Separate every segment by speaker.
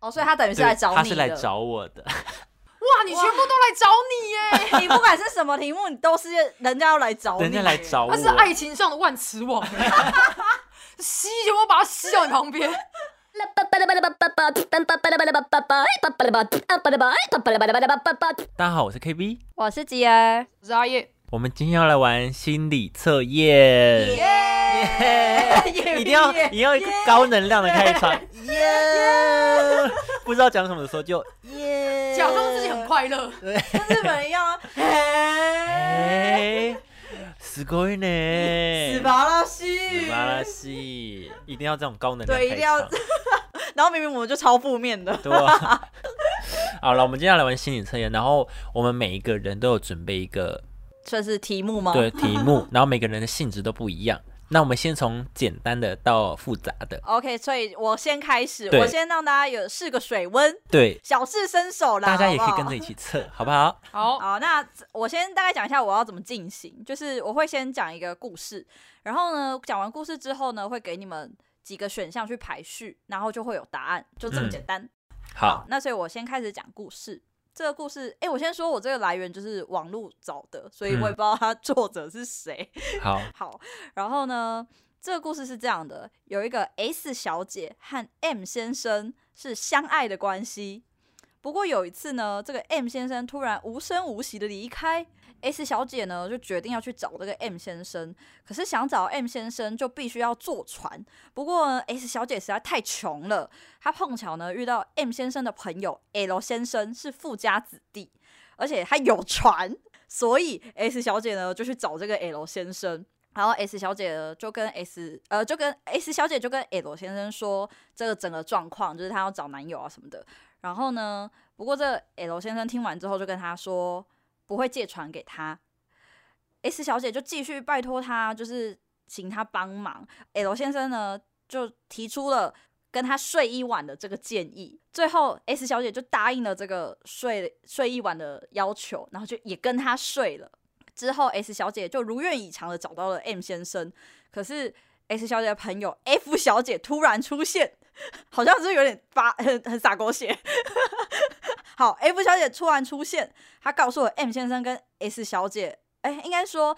Speaker 1: 哦，所以他等于是来找你
Speaker 2: 他是来
Speaker 1: 的
Speaker 2: 找我的，
Speaker 3: 哇，你全部都来找你耶！
Speaker 1: 你不管是什么题目，你都是人家要来哦找你，
Speaker 2: 人家来找我，
Speaker 3: 他是爱情上的万磁王 耶，吸有没有把它吸到你旁 边？
Speaker 2: 大家好，我是 KB，
Speaker 1: 我是吉儿，
Speaker 3: 我是阿叶，
Speaker 2: 我们今天要来玩心理测验，
Speaker 1: 耶
Speaker 2: 一定要
Speaker 1: 耶
Speaker 2: 你要一个高能量的开场，耶！ 不知道讲什么的时候就耶，
Speaker 3: 假装自己很快乐。
Speaker 1: 跟日本人一样 啊，
Speaker 2: 哎，すごいね，
Speaker 1: 死巴拉
Speaker 2: 素
Speaker 1: 西
Speaker 2: 晴，らしい，一定要这种高能量
Speaker 1: 对一
Speaker 2: 开
Speaker 1: 定要
Speaker 2: 场
Speaker 1: 然后明明我们就超负面的，
Speaker 2: 对啊。 好了，我们接下来玩心理测验，然后我们每一个人都有准备一个
Speaker 1: 算是题目吗？
Speaker 2: 对题目，然后每个人的性质都不一样。那我们先从简单的到复杂的，
Speaker 1: ，OK，所以我先开始，
Speaker 2: 对
Speaker 1: 我先让大家有试个水温，
Speaker 2: 对，
Speaker 1: 小试身手啦，
Speaker 2: 大家也可以
Speaker 1: 好不
Speaker 2: 跟
Speaker 1: 好
Speaker 2: 着一起测，好不好？
Speaker 3: 好，
Speaker 1: 好，那我先大概讲一下我要怎么进行，就是我会先讲一个故事，然后呢，讲完故事之后呢，会给你们几个选项去排序，然后就会有答案，就这么
Speaker 2: 嗯
Speaker 1: 简单。
Speaker 2: 好，
Speaker 1: 那所以我先开始讲故事。这个故事，哎，我先说我这个来源就是网络找的，所以我也
Speaker 2: 嗯
Speaker 1: 不知道它作者是谁。
Speaker 2: 好，
Speaker 1: 好，然后呢，这个故事是这样的：有一个 S 小姐和 M 先生是相爱的关系。不过有一次呢，这个 M 先生突然无声无息的离开，S 小姐呢就决定要去找这个 M 先生。可是想找 M 先生就必须要坐船，不过呢 S 小姐实在太穷了，她碰巧呢遇到 M 先生的朋友 L 先生是富家子弟，而且他有船，所以 S 小姐呢就去找这个 L 先生。然后 S 小姐呢就跟 S 呃就跟 S 小姐就跟 L 先生说这个整个状况，就是她要找男友啊什么的。然后呢，不过这 L 先生听完之后就跟她说不会借船给她。S 小姐就继续拜托他，就是请他帮忙。L 先生呢就提出了跟他睡一晚的这个建议，最后 S 小姐就答应了这个睡睡一晚的要求，然后就也跟他睡了。之后，S 小姐就如愿以偿的找到了 M 先生，可是 S 小姐的朋友 F 小姐突然出现， 好像是有点发很很洒狗血。 好，F 小姐突然出现，她告诉了 M 先生跟 S 小姐，哎、应该说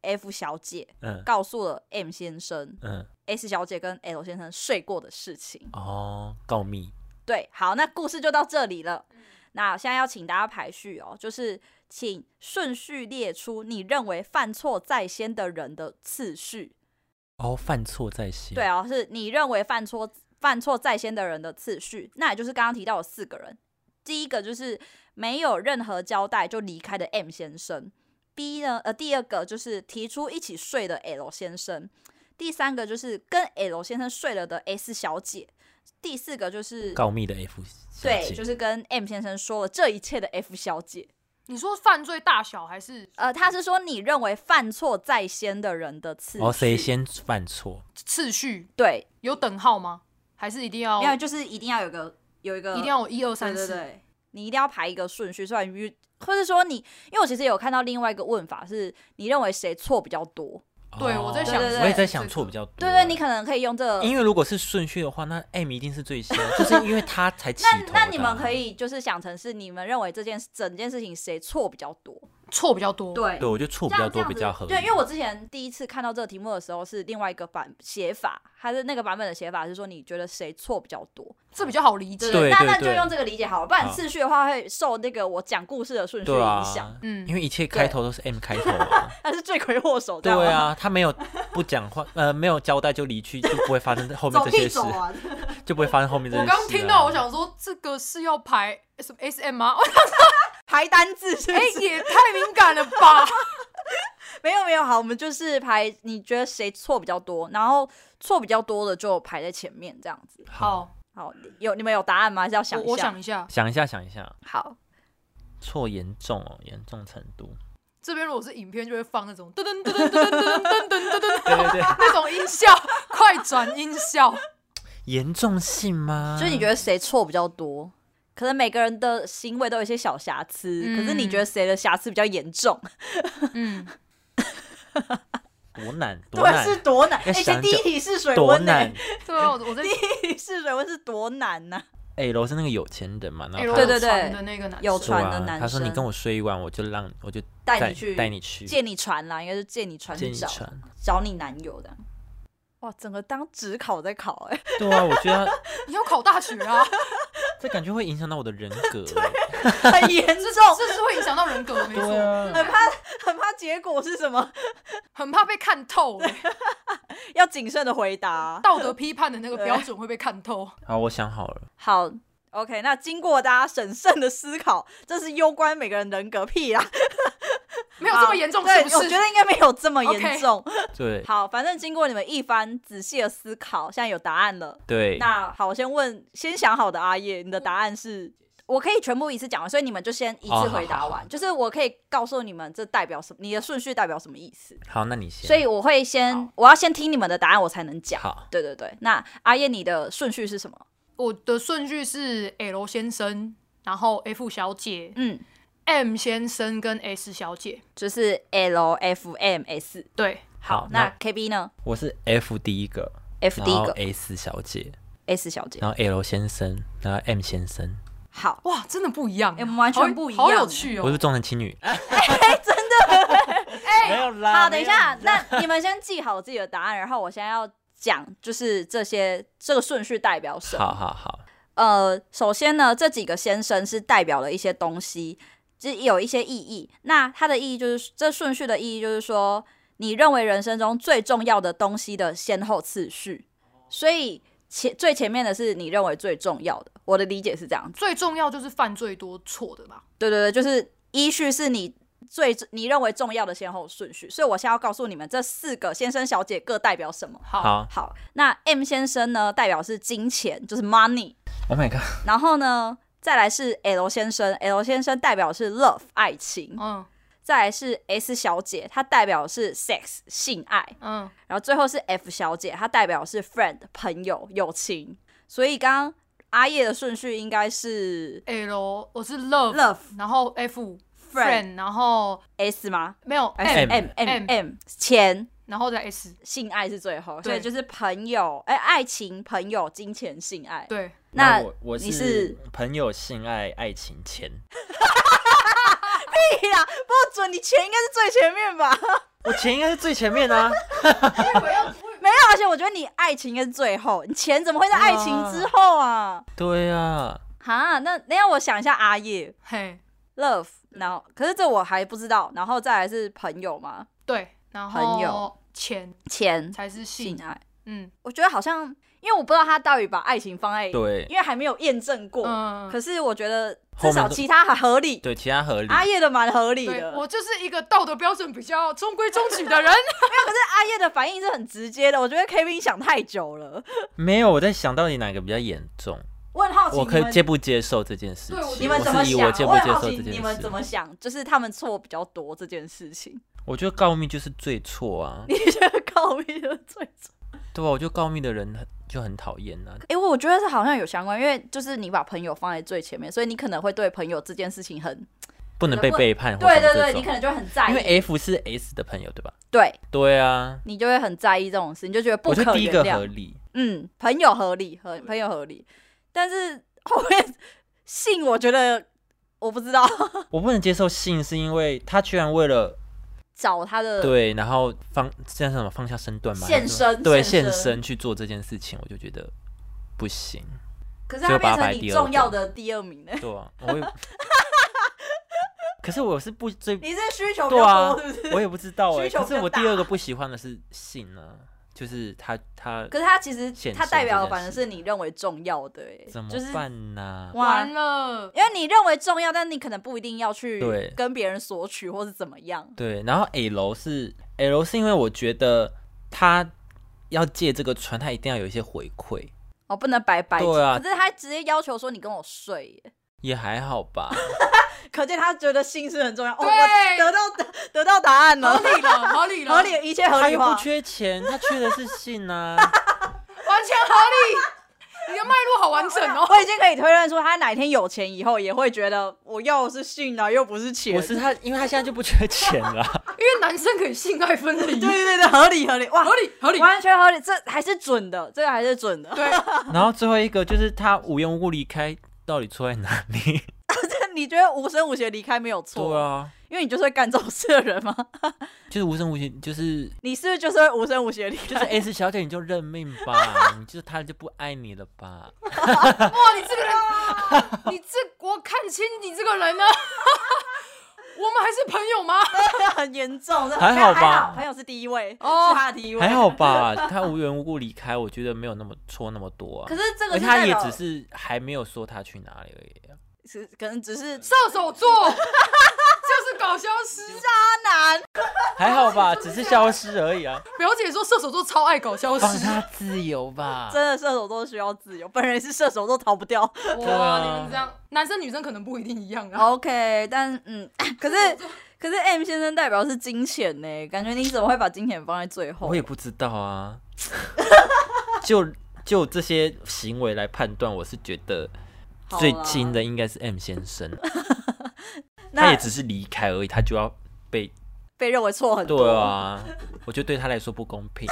Speaker 1: F 小姐
Speaker 2: 嗯
Speaker 1: 告诉了 M 先生
Speaker 2: 嗯，
Speaker 1: S 小姐跟 L 先生睡过的事情。
Speaker 2: 哦，告密，
Speaker 1: 对，好，那故事就到这里了。那现在要请大家排序哦，就是请顺序列出你认为犯错在先的人的次序。
Speaker 2: 哦，犯错在先，
Speaker 1: 对，哦，是你认为犯错犯错在先的人的次序。那也就是刚刚提到有四个人，第一个就是没有任何交代就离开的 M 先生，B 呢，呃，第二个就是提出一起睡的 L 先生，第三个就是跟 L 先生睡了的 S 小姐，第四个就是
Speaker 2: 告密的 F 小
Speaker 1: 对，
Speaker 2: 姐
Speaker 1: 就是跟 M 先生说了这一切的 F 小姐。
Speaker 3: 你说犯罪大小还是
Speaker 1: 呃，他是说你认为犯错在先的人的次序，
Speaker 2: 哦，谁先犯错？
Speaker 3: 次序
Speaker 1: 对，
Speaker 3: 有等号吗？还是一定要
Speaker 1: 没有，就是一定要有个有一个
Speaker 3: 哦一定要有一二三
Speaker 1: 对对
Speaker 3: 四？
Speaker 1: 对，你一定要排一个顺序，虽然于或者说你，因为我其实有看到另外一个问法是，你认为谁错比较多？
Speaker 3: 对我在
Speaker 2: 哦
Speaker 3: 想
Speaker 1: 对对对
Speaker 2: 我也在想错比较多，
Speaker 1: 对对，你可能可以用这个。
Speaker 2: 啊因为如果是顺序的话，那 M 一定是最先，就是因为他才起
Speaker 1: 那
Speaker 2: 头的啊
Speaker 1: 那你们可以就是想成是你们认为这件事整件事情谁错比较多？
Speaker 3: 错比较多。
Speaker 1: 对
Speaker 2: 对，我觉得错
Speaker 1: 这
Speaker 2: 比
Speaker 1: 样
Speaker 2: 较
Speaker 1: 这
Speaker 2: 多
Speaker 1: 样
Speaker 2: 比
Speaker 1: 子
Speaker 2: 较合理。
Speaker 1: 对，因为我之前第一次看到这个题目的时候是另外一个版写法，它的那个版本的写法是说你觉得谁错比较多？
Speaker 3: 这比较好理
Speaker 1: 对
Speaker 3: 解。
Speaker 2: 对
Speaker 1: 那
Speaker 2: 对
Speaker 1: 那就
Speaker 2: 对
Speaker 1: 用这个理解好了，不然
Speaker 2: 好
Speaker 1: 次序的话会受那个我讲故事的顺序
Speaker 2: 对
Speaker 1: 影响，
Speaker 2: 啊，
Speaker 3: 嗯
Speaker 2: 因为一切开头都是 M 开头 啊。
Speaker 1: 那、是罪魁祸首。这
Speaker 2: 对
Speaker 1: 样吗，
Speaker 2: 啊，他没有不讲话，呃，没有交代就离去，就不会发生后 面
Speaker 1: 走
Speaker 2: 这
Speaker 1: 屁
Speaker 2: 些事
Speaker 1: 走，啊！
Speaker 2: 就不会发生后面这些
Speaker 3: 我
Speaker 2: 事啊。
Speaker 3: 刚听到，我想说这个是要排什么 SM 吗？我想
Speaker 1: 排单字是不
Speaker 3: 哎
Speaker 1: 是？，
Speaker 3: 也太敏感了吧！
Speaker 1: 没有没有，好，我们就是排你觉得谁错比较多，然后错比较多的就排在前面这样子。
Speaker 2: 好，
Speaker 3: 好，
Speaker 1: 好，有你们有答案吗？还是要想
Speaker 3: 我
Speaker 1: 一下？
Speaker 3: 我想一下，
Speaker 2: 想一下，想一下，
Speaker 1: 好，
Speaker 2: 错严重哦，严重程度。
Speaker 3: 这边如果是影片就会放那种噔噔噔噔噔噔噔噔噔噔
Speaker 2: 对对对，
Speaker 3: 那种音效， 快转音效。
Speaker 2: 严重性吗？
Speaker 1: 所以你觉得谁错比较多？可能每个人的行为都有一些小瑕疵，可是你觉得谁的瑕疵比较严重？
Speaker 3: 嗯，
Speaker 2: 得多难？ 多
Speaker 1: 对，
Speaker 2: 难？
Speaker 1: 是多难！哎
Speaker 2: 要
Speaker 1: 而
Speaker 2: 想
Speaker 1: 且
Speaker 2: 久
Speaker 1: 第一题试水
Speaker 2: 多
Speaker 1: 温呢、
Speaker 2: 难？
Speaker 3: 对啊，我我在
Speaker 1: 第一题试水温是多难呐、
Speaker 2: A 哎楼是那个有钱人嘛，然后
Speaker 1: 对
Speaker 2: 他
Speaker 1: 对对
Speaker 3: 的那个男生
Speaker 1: 有
Speaker 2: 对
Speaker 1: 船的
Speaker 2: 啊，
Speaker 1: 男
Speaker 2: 他说你
Speaker 1: 生
Speaker 2: 跟我睡一晚，我就让我就
Speaker 1: 带你去
Speaker 2: 带你去
Speaker 1: 借你船啦，应该是借你船
Speaker 2: 借
Speaker 1: 去
Speaker 2: 你
Speaker 1: 找
Speaker 2: 船。
Speaker 1: 找你男友的。哇，整个当职考在考哎、
Speaker 2: 对啊，我觉得他
Speaker 3: 你要考大学 啊，
Speaker 2: 这感觉会影响到我的人 格欸。
Speaker 1: 很严重，
Speaker 3: 这是会影响到人格的，没
Speaker 2: 对啊
Speaker 3: 错，
Speaker 1: 很怕很怕结果是什么，
Speaker 3: 很怕被看透，
Speaker 1: 要谨慎的回答。
Speaker 3: 道德批判的那个标准会被看透。
Speaker 2: 好，我想好了，
Speaker 1: 好，OK，那经过大家审慎的思考，这是攸关每个人人格屁啦，
Speaker 3: 没有这么严重，
Speaker 1: 对
Speaker 3: 是，不
Speaker 1: 我觉
Speaker 3: 是？
Speaker 1: 得应该没有这么
Speaker 3: OK
Speaker 1: 严重。
Speaker 2: 对
Speaker 1: 好，反正经过你们一番仔细的思考，现在有答案了。
Speaker 2: 对，
Speaker 1: 那好，我先问先想好的阿叶，你的答案是？我可以全部一次讲完，所以你们就先一
Speaker 2: 哦
Speaker 1: 次
Speaker 2: 好
Speaker 1: 回答
Speaker 2: 好
Speaker 1: 完。就是我可以告诉你们这代表什么，你的顺序代表什么意思。
Speaker 2: 好，那你先。
Speaker 1: 所以我会先，我要先听你们的答案，我才能讲。
Speaker 2: 好，
Speaker 1: 对对对。那阿燕，你的顺序是什么？
Speaker 3: 我的顺序是 L 先生，然后 F 小姐、
Speaker 1: 嗯，
Speaker 3: M 先生跟 S 小姐。
Speaker 1: 就是 L F M S。
Speaker 3: 对，
Speaker 2: 好
Speaker 1: 那
Speaker 2: 那
Speaker 1: K B 呢
Speaker 2: 我是 F 第一个，
Speaker 1: ？F
Speaker 2: 然
Speaker 1: 第一
Speaker 2: 后
Speaker 1: 个
Speaker 2: S 小姐，
Speaker 1: S 小姐。
Speaker 2: 然后 L 先生，然后 M 先生，
Speaker 1: 好，
Speaker 3: 哇，真的不一样，啊
Speaker 1: 哎我们完全
Speaker 3: 好有
Speaker 1: 不一
Speaker 3: 好有
Speaker 1: 样
Speaker 3: 趣
Speaker 2: 我
Speaker 3: 哦
Speaker 2: 是。重男轻 女。
Speaker 1: 哎
Speaker 2: 没有啦。
Speaker 1: 好，等一下，那你们先记好自己的答案，然后我现在要讲，就是这些这个顺序代表什么？
Speaker 2: 好好好，
Speaker 1: 呃，首先呢，这几个先生是代表了一些东西，就是有一些意义。那它的意义就是，这顺序的意义就是说，你认为人生中最重要的东西的先后次序。所以前最前面的是你认为最重要的，我的理解是这样子。
Speaker 3: 最重要就是犯最多错的吧？
Speaker 1: 对对对，就是依序是你最你认为重要的先后顺序。所以我现在要告诉你们，这四个先生小姐各代表什么。
Speaker 3: 好，
Speaker 2: 好
Speaker 1: 好，那 M 先生呢，代表是金钱，就是 money。
Speaker 2: ，Oh my god，
Speaker 1: 然后呢，再来是 L 先生，L 先生代表是 love 爱情，
Speaker 3: 嗯
Speaker 1: 再来是 S 小姐，她代表是 sex 性爱，
Speaker 3: 嗯，
Speaker 1: 然后最后是 F 小姐，她代表是 friend 朋友友情。所以刚刚阿叶的顺序应该是
Speaker 3: L 我是 love，,
Speaker 1: love
Speaker 3: 然后 F
Speaker 1: friend
Speaker 3: friend，然后
Speaker 1: S 吗
Speaker 3: 没有
Speaker 2: M
Speaker 3: M，
Speaker 1: M M M 钱
Speaker 3: 然后再 S，
Speaker 1: 性爱是最后，
Speaker 3: 对
Speaker 1: 所以就是朋友哎、爱情朋友金钱性爱。
Speaker 3: 对，
Speaker 1: 那
Speaker 2: 我我
Speaker 1: 你是
Speaker 2: 朋友性爱爱情前，
Speaker 1: 屁啦，不准你钱应该是最前面吧？
Speaker 2: 我钱应该是最前面啊。
Speaker 1: 没有，而且我觉得你爱情应该是最后，你钱怎么会在爱情之后啊？
Speaker 2: 对啊，
Speaker 1: 哈，那那要我想一下阿叶
Speaker 3: 嘿，
Speaker 1: love，然后可是这我还不知道，然后再来是朋友嘛，
Speaker 3: 对，然
Speaker 1: 朋友
Speaker 3: 后钱
Speaker 1: 钱、
Speaker 3: 才是性
Speaker 1: 性，爱，
Speaker 3: 嗯
Speaker 1: 我觉得好像，因为我不知道他到底把爱情放在，
Speaker 2: 对
Speaker 1: 因为还没有验证过，
Speaker 3: 嗯，
Speaker 1: 可是我觉得
Speaker 2: 后
Speaker 1: 至
Speaker 2: 面
Speaker 1: 少
Speaker 2: 都
Speaker 1: 其他还合理，
Speaker 2: 对，其他合理。
Speaker 1: 阿叶的蛮合理
Speaker 3: 对
Speaker 1: 的，
Speaker 3: 我就是一个道德标准比较中规中矩的人，
Speaker 1: 可是阿叶的反应是很直接的，我觉得 Kevin 想太久了，
Speaker 2: 没有，我在想到底哪个比较严重，
Speaker 1: 我很好奇
Speaker 2: 我可
Speaker 1: 你
Speaker 2: 以
Speaker 1: 们
Speaker 2: 接不接受这件事
Speaker 3: 对我
Speaker 2: 情。
Speaker 1: 你们
Speaker 2: 我
Speaker 1: 怎么
Speaker 2: 是以
Speaker 1: 想？
Speaker 2: 我接不
Speaker 1: 也
Speaker 2: 接
Speaker 1: 好
Speaker 2: 受
Speaker 1: 奇
Speaker 2: 这件
Speaker 1: 你
Speaker 2: 事？
Speaker 1: 们怎么想？就是他们错比较多这件事情，
Speaker 2: 我觉得告密就是最错啊。
Speaker 1: 你觉得告密的最重？
Speaker 2: 对啊，我觉得告密的人很就很讨厌啊。
Speaker 1: 哎、我觉得是好像有相关，因为就是你把朋友放在最前面，所以你可能会对朋友这件事情很……
Speaker 2: 不能被背叛或
Speaker 1: 对
Speaker 2: 什
Speaker 1: 对
Speaker 2: 么这
Speaker 1: 对，
Speaker 2: 种
Speaker 1: 你可能就会很在意，
Speaker 2: 因为 F 是 S 的朋友对吧？
Speaker 1: 对
Speaker 2: 对啊，
Speaker 1: 你就会很在意这种事，你就觉得不
Speaker 2: 我觉得
Speaker 1: 可
Speaker 2: 第一
Speaker 1: 原
Speaker 2: 个合
Speaker 1: 谅。
Speaker 2: 理，
Speaker 1: 嗯，朋友合理，合朋友合理，但是后面性，我觉得我不知道
Speaker 2: 我不能接受性是因为他居然为了
Speaker 1: 找他的
Speaker 2: 对，然后放这样是什么放下身段嘛，
Speaker 1: 呃现
Speaker 2: 还是什么
Speaker 1: 身，
Speaker 2: 对
Speaker 1: 现
Speaker 2: 现身去做这件事情，我就觉得不行。
Speaker 1: 可是他
Speaker 2: 就把
Speaker 1: 变
Speaker 2: 他
Speaker 1: 成
Speaker 2: 摆
Speaker 1: 你
Speaker 2: 第二
Speaker 1: 重要
Speaker 2: 个
Speaker 1: 的第二名呢？
Speaker 2: 对啊，我也，可是我是不最
Speaker 1: 你是需求比
Speaker 2: 对
Speaker 1: 较
Speaker 2: 啊
Speaker 1: 多，是不是？，
Speaker 2: 我也不知道哎、
Speaker 1: 需求
Speaker 2: 可
Speaker 1: 比较
Speaker 2: 是我第
Speaker 1: 大
Speaker 2: 二个不喜欢的是性啊，就是他他
Speaker 1: 可是它其实
Speaker 2: 现
Speaker 1: 它
Speaker 2: 身
Speaker 1: 代表的
Speaker 2: 这件
Speaker 1: 反而
Speaker 2: 事啊
Speaker 1: 是你认为重要的、欸，
Speaker 2: 怎么
Speaker 1: 就是
Speaker 2: 办呢、
Speaker 1: 哇，
Speaker 3: 完了，
Speaker 1: 因为你认为重要，但你可能不一定要去
Speaker 2: 对
Speaker 1: 跟别人索取或是怎么样。
Speaker 2: 对，然后 L 是 L 是因为我觉得他要借这个船，他一定要有一些回馈，
Speaker 1: 哦，不能白白讲。
Speaker 2: 对啊
Speaker 1: 可是他直接要求说你跟我睡耶，
Speaker 2: 也还好吧。
Speaker 1: 可见他觉得性是很重要。哦，
Speaker 3: 对哦
Speaker 1: 我得到得得到答案
Speaker 3: 合
Speaker 1: 了，
Speaker 3: 理了，合理了，
Speaker 1: 合理，一切合
Speaker 2: 他
Speaker 1: 理
Speaker 2: 又不
Speaker 1: 化。
Speaker 2: 缺钱，他缺的是性啊。
Speaker 3: 完全合理。你的脉络好完整 哦。
Speaker 1: 我已经可以推论出他哪天有钱以后也会觉得我要的是性啊，又不是钱。
Speaker 2: 不是他，因为他现在就不缺 钱了。
Speaker 3: 因为男生可以性爱分离，
Speaker 1: 对对对，合理合理，哇，
Speaker 3: 合理合理。
Speaker 1: 完全合理，这还是准的，这个还是准的。
Speaker 3: 对，
Speaker 2: 然后最后一个就是他无缘无故离开，到底错在哪里？
Speaker 1: 你觉得无声无息地离开没有错？
Speaker 2: 对啊，
Speaker 1: 因为你就是会干这种事的人吗？
Speaker 2: 就是无声无息，就是
Speaker 1: 你是不是就是会无声无息地离开？
Speaker 2: 就是 S 小姐，你就认命吧，你就是他就不爱你了吧？
Speaker 3: 哇，你这 个人，你这我看清你这个人了。 我们还是朋友吗？
Speaker 1: 哎很严重，这
Speaker 2: 还好吧
Speaker 1: 朋友是第一位，
Speaker 3: 哦
Speaker 1: 是他的第一位，
Speaker 2: 还好。吧，他无缘无故离开，我觉得没有那么错那么多啊
Speaker 1: 可。是这
Speaker 2: 而
Speaker 1: 个
Speaker 2: 且
Speaker 1: 是
Speaker 2: 他
Speaker 1: 代
Speaker 2: 也
Speaker 1: 表
Speaker 2: 只是还没有说他去哪里而已啊。
Speaker 1: 是可能只是渣
Speaker 3: 射手 座就是搞消失。
Speaker 1: 男，
Speaker 2: 还 好吧，只是消失而已啊，
Speaker 3: 表姐说射手座超爱搞消失。
Speaker 2: 放他自由吧。
Speaker 1: 真的射手座需要自由，本人是射手座逃不掉。
Speaker 2: 对
Speaker 3: 哇，
Speaker 2: 啊
Speaker 3: 你们这样，男生女生可能不一定一样啊。
Speaker 1: OK，但嗯， 可是可是 M 先生代表是金钱呢，感觉你怎么会把金钱放在最后
Speaker 2: 我？也不知道啊， 就就这些行为来判断，我是觉得
Speaker 1: 好啦
Speaker 2: 最亲的应该是 M 先生，他
Speaker 1: 那
Speaker 2: 也只是离开而已，他就要被
Speaker 1: 被认为错很多。
Speaker 2: 对啊，我觉得对他来说不公平。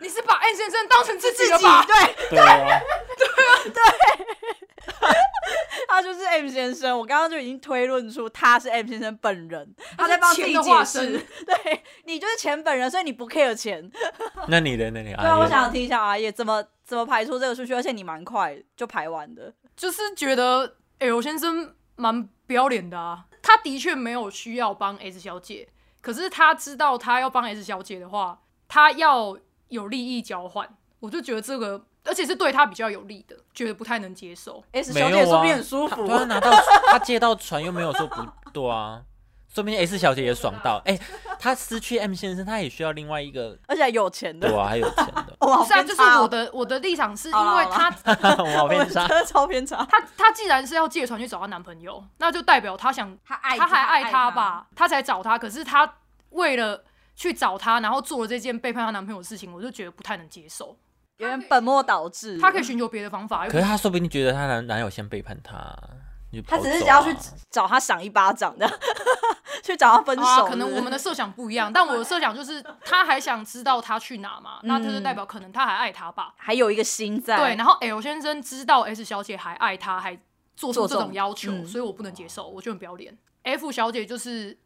Speaker 3: 你是把 N 先生当成自
Speaker 1: 自
Speaker 3: 己
Speaker 1: 己
Speaker 3: 了吧？
Speaker 1: 对，
Speaker 2: 对啊，
Speaker 1: 他就是 M 先生。我刚刚就已经推论出他是 M 先生本人，他
Speaker 3: 是
Speaker 1: 在帮自己
Speaker 3: 钱的
Speaker 1: 解
Speaker 3: 化
Speaker 1: 释
Speaker 3: 身。
Speaker 1: 对你就是钱本人，所以你不 care 钱。
Speaker 2: 那你的那你
Speaker 1: 对啊，
Speaker 2: 阿
Speaker 1: 我
Speaker 2: 叶，
Speaker 1: 想听一下阿叶怎么怎么排出这个顺序，而且你蛮快就排完的。
Speaker 3: 就是觉得 L 先生蛮不要脸的啊，他的确没有需要帮 S 小姐，可是他知道他要帮 S 小姐的话，他要有利益交换，我就觉得这个，而且是对他比较有利的，觉得不太能接受。
Speaker 1: S
Speaker 2: 没
Speaker 1: 小姐
Speaker 2: 有
Speaker 1: 说不
Speaker 2: 啊，
Speaker 1: 定很舒服
Speaker 2: 他，他拿到他借到船又没有说不对啊，说不定 S 小姐也爽到，哎、他失去 M 先生，他也需要另外一个
Speaker 1: 而且还有钱
Speaker 2: 对
Speaker 1: 的。，
Speaker 2: 啊，还有钱的
Speaker 1: 哇，
Speaker 3: 不是啊，
Speaker 1: 好偏
Speaker 3: 就是
Speaker 1: 差哦
Speaker 3: 我的我的立场是因
Speaker 1: 好啦
Speaker 3: 为
Speaker 1: 好啦
Speaker 3: 他
Speaker 2: 我好
Speaker 1: 我
Speaker 2: 偏
Speaker 1: 们
Speaker 2: 差
Speaker 1: 真。的超偏差。
Speaker 3: 他他既然是要借船去找她男朋友，那就代表他想
Speaker 1: 他爱
Speaker 3: 他还爱她？吧，他才找她。可是他为了去找她，然后做了这件背叛她男朋友的事情，我就觉得不太能接受。
Speaker 1: 有点本末倒置。
Speaker 3: 他可以寻求别的方法，
Speaker 2: 可是她说不定觉得她男男友先背叛她，就
Speaker 1: 他
Speaker 2: 跑
Speaker 1: 只是
Speaker 2: 走
Speaker 1: 想要
Speaker 2: 啊
Speaker 1: 去找他赏一巴掌的，去找他分手是
Speaker 3: 啊，
Speaker 1: 不是。
Speaker 3: 可能我们的设想不一样，但我的设想就是他还想知道他去哪嘛，那他就
Speaker 1: 嗯
Speaker 3: 代表可能他还爱他吧。
Speaker 1: 还有一个心在。
Speaker 3: 对，然后 L 先生知道 S 小姐还爱他，还做出
Speaker 1: 做
Speaker 3: 这
Speaker 1: 这
Speaker 3: 种
Speaker 1: 种
Speaker 3: 要求，
Speaker 1: 嗯
Speaker 3: 所以我不能接受，我就很不要脸。F 小姐就是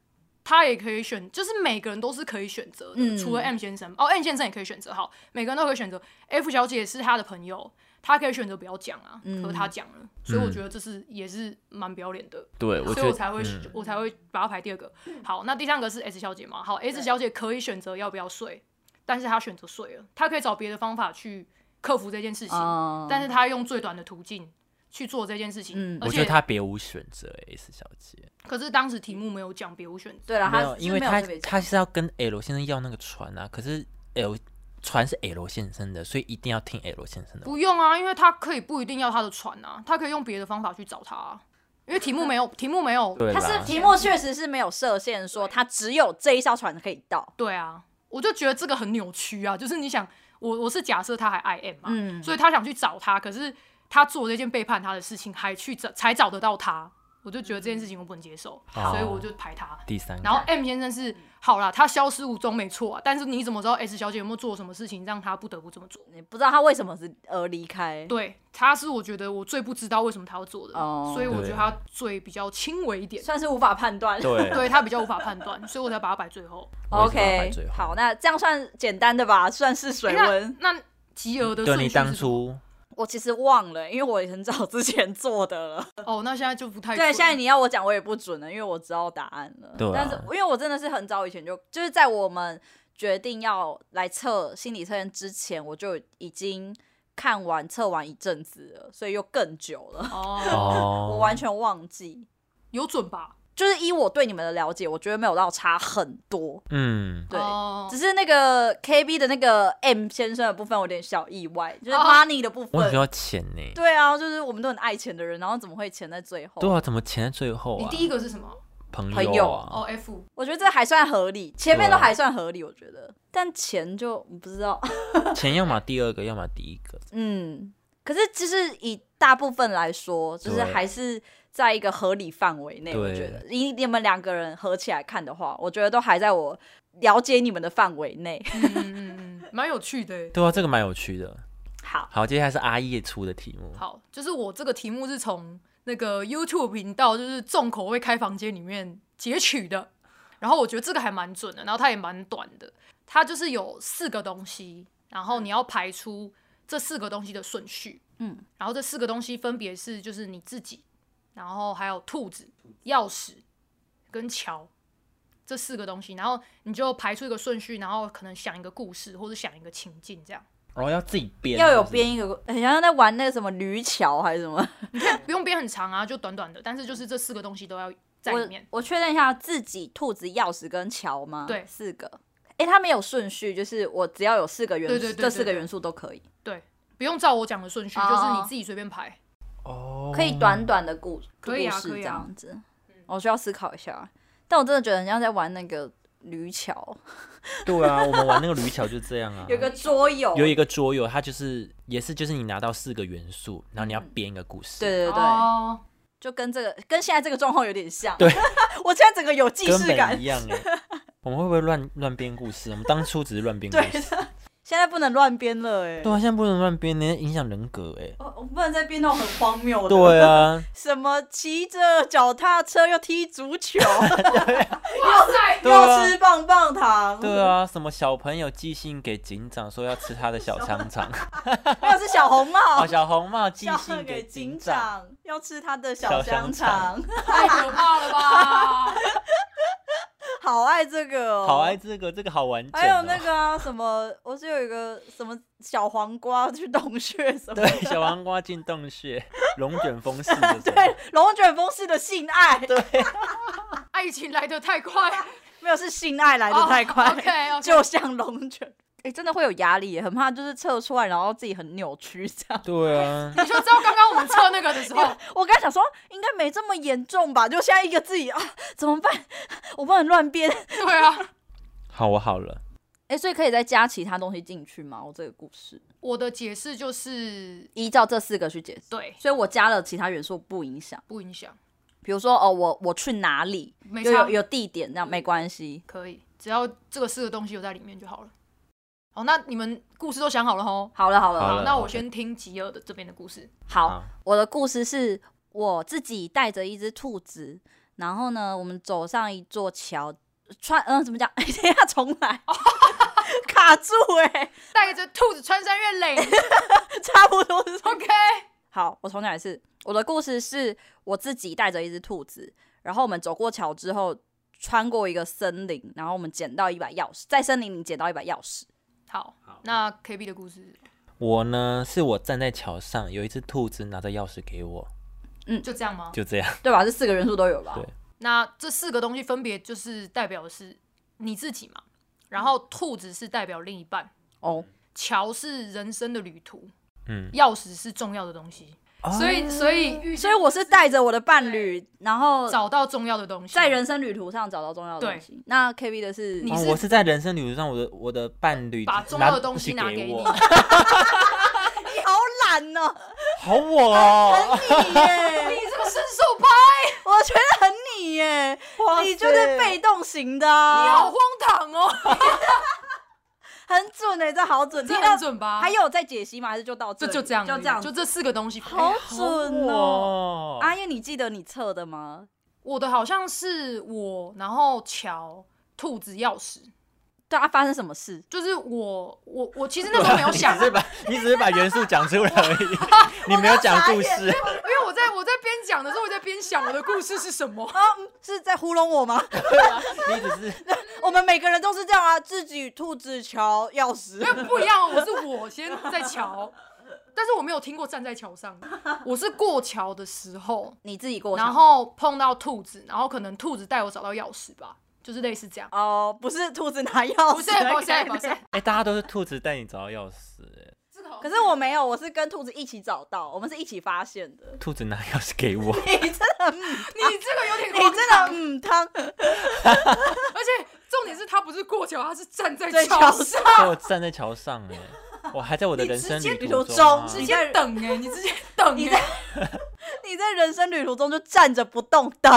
Speaker 3: 她也可以选，就是每个人都是可以选择的，
Speaker 1: 嗯
Speaker 3: 除了 M 先生哦，M 先生也可以选择，好，每个人都可以选择。F 小姐是他的朋友，她可以选择不要讲啊，
Speaker 1: 嗯
Speaker 3: 可是她讲了，所以我觉得这是也是蛮不要脸的。
Speaker 2: 对，我觉
Speaker 3: 所以
Speaker 2: 得
Speaker 3: 我才会、
Speaker 2: 嗯
Speaker 3: 我才会把它排第二个。好，那第三个是 S 小姐嘛？好，S 小姐可以选择要不要睡，但是她选择睡了，她可以找别的方法去克服这件事情，
Speaker 1: 嗯
Speaker 3: 但是她用最短的途径去做这件事情。
Speaker 1: 嗯
Speaker 2: 我
Speaker 3: 而
Speaker 2: 觉得
Speaker 3: 且
Speaker 2: 她别无选择、欸、，S 小姐
Speaker 3: 可是当时题目没有讲别无选择，
Speaker 1: 对啊了，他
Speaker 2: 有，因为
Speaker 1: 他
Speaker 2: 她她是要跟 L 先生要那个船啊，可是 L 船是 L 先生的，所以一定要听 L 先生的。
Speaker 3: 不用啊，因为她可以不一定要她的船啊，她可以用别的方法去找她、啊，因为题目没有题目没有
Speaker 2: 对
Speaker 1: 他
Speaker 2: 啦
Speaker 1: 是，题目确实是没有设限，说他只有这一艘船可以到。
Speaker 3: 对啊，我就觉得这个很扭曲啊，就是你想，我我是假设他还爱 M 嘛，
Speaker 1: 嗯
Speaker 3: 所以他想去找他，可是他做这件背叛他的事情，还去找才找得到他，我就觉得这件事情我不能接受，
Speaker 2: 嗯好
Speaker 3: 所以我就排他。
Speaker 2: 第三个，
Speaker 3: 然后 M 先生是好啦，他消失无踪没错啊，但是你怎么知道 S 小姐有没有做什么事情让他不得不这么做？
Speaker 1: 你不知道他为什么是而离开。
Speaker 3: 对，他是我觉得我最不知道为什么他要做的
Speaker 1: 哦
Speaker 3: 所以我觉
Speaker 2: 对
Speaker 3: 得他最比较轻微一点，
Speaker 1: 算是无法判 断。
Speaker 2: 对
Speaker 3: 对他比较无法判断，所以我才把他摆最 后。
Speaker 2: 我也是把它摆
Speaker 1: OK，
Speaker 2: 最后
Speaker 1: 好，那这样算简单的吧，算是水温。
Speaker 3: 诶那那吉儿的
Speaker 2: 对
Speaker 3: 顺
Speaker 2: 你
Speaker 3: 序是什
Speaker 2: 当
Speaker 3: 么
Speaker 2: 初
Speaker 1: 哎我其实忘了，因为我很早之前做的了。
Speaker 3: 哦，那现在就不 太
Speaker 1: 对，
Speaker 3: 准
Speaker 1: 现在你要我讲，我也不准了，因为我知道答案了。
Speaker 2: 对啊
Speaker 1: 但是因为我真的是很早以前就，就是在我们决定要来测心理测验之前，我就已经看完测完一阵子了，所以又更久了，
Speaker 3: 哦，
Speaker 1: 我
Speaker 2: 哦，
Speaker 1: 完全忘记。
Speaker 3: 有准吧？
Speaker 1: 就是以我对你们的了解，我觉得没有到差很多，
Speaker 2: 嗯，
Speaker 1: 对。
Speaker 3: 哦
Speaker 1: 只是那个 KB 的那个 M 先生的部分，我有点小意外，就是
Speaker 3: 哦
Speaker 1: money 的部
Speaker 2: 我
Speaker 1: 分。
Speaker 2: 很需要钱呢、
Speaker 1: 对啊，就是我们都很爱钱的人，然后怎么会钱在最后？
Speaker 2: 对啊，怎么钱在最后
Speaker 3: 你
Speaker 2: 啊？
Speaker 3: 第一个是什么？
Speaker 2: 朋友啊，
Speaker 1: 朋友
Speaker 3: 哦，F，
Speaker 1: 我觉得这还算合理，前面都
Speaker 2: 对啊
Speaker 1: 还算合理，我觉得，但钱就不知道，
Speaker 2: 钱要么第二个，要么第一个。
Speaker 1: 嗯，可是其实以大部分来说，就是
Speaker 2: 对
Speaker 1: 还是在一个合理范围内。我觉
Speaker 2: 对
Speaker 1: 得你你们两个人合起来看的话，我觉得都还在我了解你们的范围内。
Speaker 3: 嗯嗯嗯，蛮有趣的欸。
Speaker 2: 对啊，这个蛮有趣的。
Speaker 1: 好，
Speaker 2: 好，接下来是阿叶出的题目，
Speaker 3: 好，就是我这个题目是从那个 YouTube 频道，就是重口味开房间里面截取的。然后我觉得这个还蛮准的，然后它也蛮短的。它就是有四个东西，然后你要排出这四个东西的顺序。
Speaker 1: 嗯，
Speaker 3: 然后这四个东西分别是就是你自己，然后还有兔子、钥匙跟桥这四个东西，然后你就排出一个顺序，然后可能想一个故事或者想一个情境这样。
Speaker 2: 然后要自己编，
Speaker 1: 要有
Speaker 2: 是不是
Speaker 1: 编一个，很像在玩那个什么驴桥还是什么。
Speaker 3: 不用编很长啊，就短短的，但是就是这四个东西都要在里
Speaker 1: 我
Speaker 3: 面。
Speaker 1: 我确认一下，自己、兔子、钥匙跟桥吗？
Speaker 3: 对
Speaker 1: 四个。哎、它没有顺序，就是我只要有四个元素，
Speaker 3: 对对对
Speaker 1: 这四个
Speaker 3: 对对
Speaker 1: 元素都可以，
Speaker 3: 对，不用照我讲的顺序，
Speaker 1: 哦
Speaker 3: 就是你自己随便排。
Speaker 2: 哦，
Speaker 1: 可以短短的故
Speaker 3: 可以啊
Speaker 1: 故事
Speaker 3: 可
Speaker 1: 这
Speaker 3: 以啊
Speaker 1: 样子。我需要思考一下，但我真的觉得很像在玩那个驴桥，。
Speaker 2: 对啊，我们玩那个驴桥就这样啊
Speaker 1: 有个桌游，
Speaker 2: 有一个桌游，它就是也是就是你拿到四个元素，然后你要编一个故事。
Speaker 1: 嗯对对对，
Speaker 3: 哦，
Speaker 1: 就跟这个跟现在这个状况有点像。
Speaker 2: 对，
Speaker 1: 我现在整个有既
Speaker 2: 根
Speaker 1: 视
Speaker 2: 本
Speaker 1: 感
Speaker 2: 一。样 哎。我们会不会乱乱编故事？我们当初只是乱编故
Speaker 1: 对
Speaker 2: 事。
Speaker 1: 现在不能乱编了哎、
Speaker 2: 对啊，现在不能乱编，那影响人格 哎。
Speaker 1: 我我不能再编那种很荒谬的。
Speaker 2: 对啊，
Speaker 1: 什么骑着脚踏车又踢足球，
Speaker 3: 哇塞，
Speaker 2: 对
Speaker 1: 又
Speaker 2: 啊
Speaker 1: 吃，棒棒糖，
Speaker 2: 对啊，什么小朋友寄信给警长说要吃他的小 香肠，
Speaker 1: 还有是小红帽
Speaker 2: 哦，，小红帽 寄
Speaker 1: 叫
Speaker 2: 信
Speaker 1: 给
Speaker 2: 警
Speaker 1: 警，长要吃他的小
Speaker 2: 小
Speaker 1: 香
Speaker 2: 香
Speaker 1: 肠，
Speaker 3: 太可怕了吧！
Speaker 1: 好爱这个哦，
Speaker 2: 好爱。这个，这个好完整哦。
Speaker 1: 还有那个啊，什么，我是有一个什么小黄瓜去洞穴什么
Speaker 2: 对
Speaker 1: 的，
Speaker 2: 小黄瓜进洞穴，龙卷风似的 这
Speaker 1: 对
Speaker 2: 种，
Speaker 1: 龙卷风式的性爱，
Speaker 3: 爱情来得太快，哦
Speaker 1: 没有是性爱来的太
Speaker 2: 哦
Speaker 1: 快，
Speaker 3: OK OK，
Speaker 1: 就像龙卷，哎、真的会有压力耶，很怕就是测出来，然后自己很扭曲这样。
Speaker 2: 对啊，
Speaker 3: 你就知道刚刚我们测那个的时 候，
Speaker 1: 我刚才想说应该没这么严重吧，就现在一个自己啊，怎么办？ 我不能乱编。
Speaker 3: 对啊，
Speaker 2: 好，我好了。
Speaker 1: 哎、所以可以再加其他东西进去吗？我这个故事
Speaker 3: 我的解释就是
Speaker 1: 依照这四个去解释，
Speaker 3: 对，
Speaker 1: 所以我加了其他元素不影响。
Speaker 3: 不影响，
Speaker 1: 比如说哦，我我去哪里，
Speaker 3: 没
Speaker 1: 有
Speaker 3: 差
Speaker 1: 有，有地点这样没关系。
Speaker 3: 可以，只要这个四个东西有在里面就好了。好，那你们故事都想好了吼。
Speaker 1: 好了好了，
Speaker 2: 好
Speaker 3: 好，
Speaker 2: 了
Speaker 3: 那我
Speaker 2: OK
Speaker 3: 先听吉尔的这边的故事。
Speaker 1: 好
Speaker 2: 好
Speaker 1: 我的故事是我自己带着一只兔子，然后呢，我们走上一座桥，穿嗯、怎么讲？ 等一下重来， 卡住哎、
Speaker 3: 带着兔子穿山越岭
Speaker 1: 差不多是这样
Speaker 3: ，OK，
Speaker 1: 好，我重讲一次。我的故事是我自己带着一只兔子，然后我们走过桥之后，穿过一个森林，然后我们捡到一把钥匙，在森林里捡到一把钥匙。
Speaker 3: 好，那 KB 的故事
Speaker 2: 我呢，是我站在桥上，有一只兔子拿着钥匙给我，
Speaker 3: 就这样吗？
Speaker 2: 就这样。
Speaker 1: 对吧？这四个元素都有吧？
Speaker 2: 对
Speaker 3: 那这四个东西分别就是代表的是你自己嘛，然后兔子是代表另一半，
Speaker 1: 哦，
Speaker 3: 桥是人生的旅途，
Speaker 2: 嗯，
Speaker 3: 钥匙是重要的东西，
Speaker 2: 哦
Speaker 3: 所以所以遇
Speaker 1: 所以我是带着我的伴侣，然后
Speaker 3: 找到重要的东西，
Speaker 1: 在人生旅途上找到重要的东西。那 K B 的是
Speaker 3: 你
Speaker 2: 哦
Speaker 3: 是
Speaker 2: 我是在人生旅途上，我的我的伴侣
Speaker 3: 把
Speaker 2: 拿
Speaker 3: 重要的东西
Speaker 2: 拿
Speaker 3: 拿
Speaker 2: 给
Speaker 3: 你
Speaker 2: 我，，
Speaker 1: 你好懒哦，
Speaker 2: 好我哦，
Speaker 1: 你耶，
Speaker 3: 你这个伸手拍，
Speaker 1: 我觉得很你耶，你就是被动型的啊、
Speaker 3: 你好荒唐哦，
Speaker 1: 很准哎、这好准，
Speaker 3: 这
Speaker 1: 听到
Speaker 3: 很准吧？
Speaker 1: 还有在解析吗？还是就到这里？
Speaker 3: 就就这样而已，
Speaker 1: 就这样，
Speaker 3: 就这四个东西，
Speaker 1: 好
Speaker 3: 哎
Speaker 1: 准
Speaker 2: 好
Speaker 1: 哦！
Speaker 2: 我
Speaker 1: 阿燕，你记得你测的吗？
Speaker 3: 我的好像是我，然后桥、兔子、钥匙，
Speaker 1: 对啊，发生什么事？
Speaker 3: 就是我，我，我其实那时候没有 想啊
Speaker 2: 你只，是把你只是把元素讲出来 而已，你没有讲
Speaker 1: 啊
Speaker 2: 故
Speaker 1: 我都傻
Speaker 2: 事。
Speaker 3: 因为我在我在边讲的时候，我在边想我的故事是什么。
Speaker 1: 哦是在糊弄我吗？
Speaker 2: 你只是
Speaker 1: 我们每个人都是这样啊，自己兔子桥钥匙
Speaker 3: 因。为不一样，哦我是我先在桥，但是我没有听过站在桥上，我是过桥的时候，
Speaker 1: 你自己过桥，
Speaker 3: 然后碰到兔子，然后可能兔子带我找到钥匙吧，就是类似这样。
Speaker 1: 哦，不是兔子拿钥匙，
Speaker 3: 不是不是不是。，
Speaker 2: 哎，大家都是兔子带你找到钥匙，哎
Speaker 1: 可是我没有，我是跟兔子一起找到，我们是一起发现的。
Speaker 2: 兔子拿钥匙给我，
Speaker 1: 你真的，嗯
Speaker 3: 你这个有点
Speaker 1: 你
Speaker 3: 夸张
Speaker 1: 真的，，嗯， 汤
Speaker 3: 而且重点是他不是过桥，他是站在
Speaker 1: 在
Speaker 3: 桥
Speaker 1: 桥
Speaker 3: 上，
Speaker 2: 我站在桥上，哎，我还在我的人生
Speaker 3: 你直接
Speaker 2: 旅
Speaker 1: 旅
Speaker 2: 途
Speaker 1: 途
Speaker 2: 啊
Speaker 1: 中
Speaker 3: 直
Speaker 1: 你
Speaker 3: 接
Speaker 1: 在
Speaker 3: 等哎、你直接等、
Speaker 1: 你
Speaker 3: 欸，
Speaker 1: 在你在人生旅途中就站着不动等，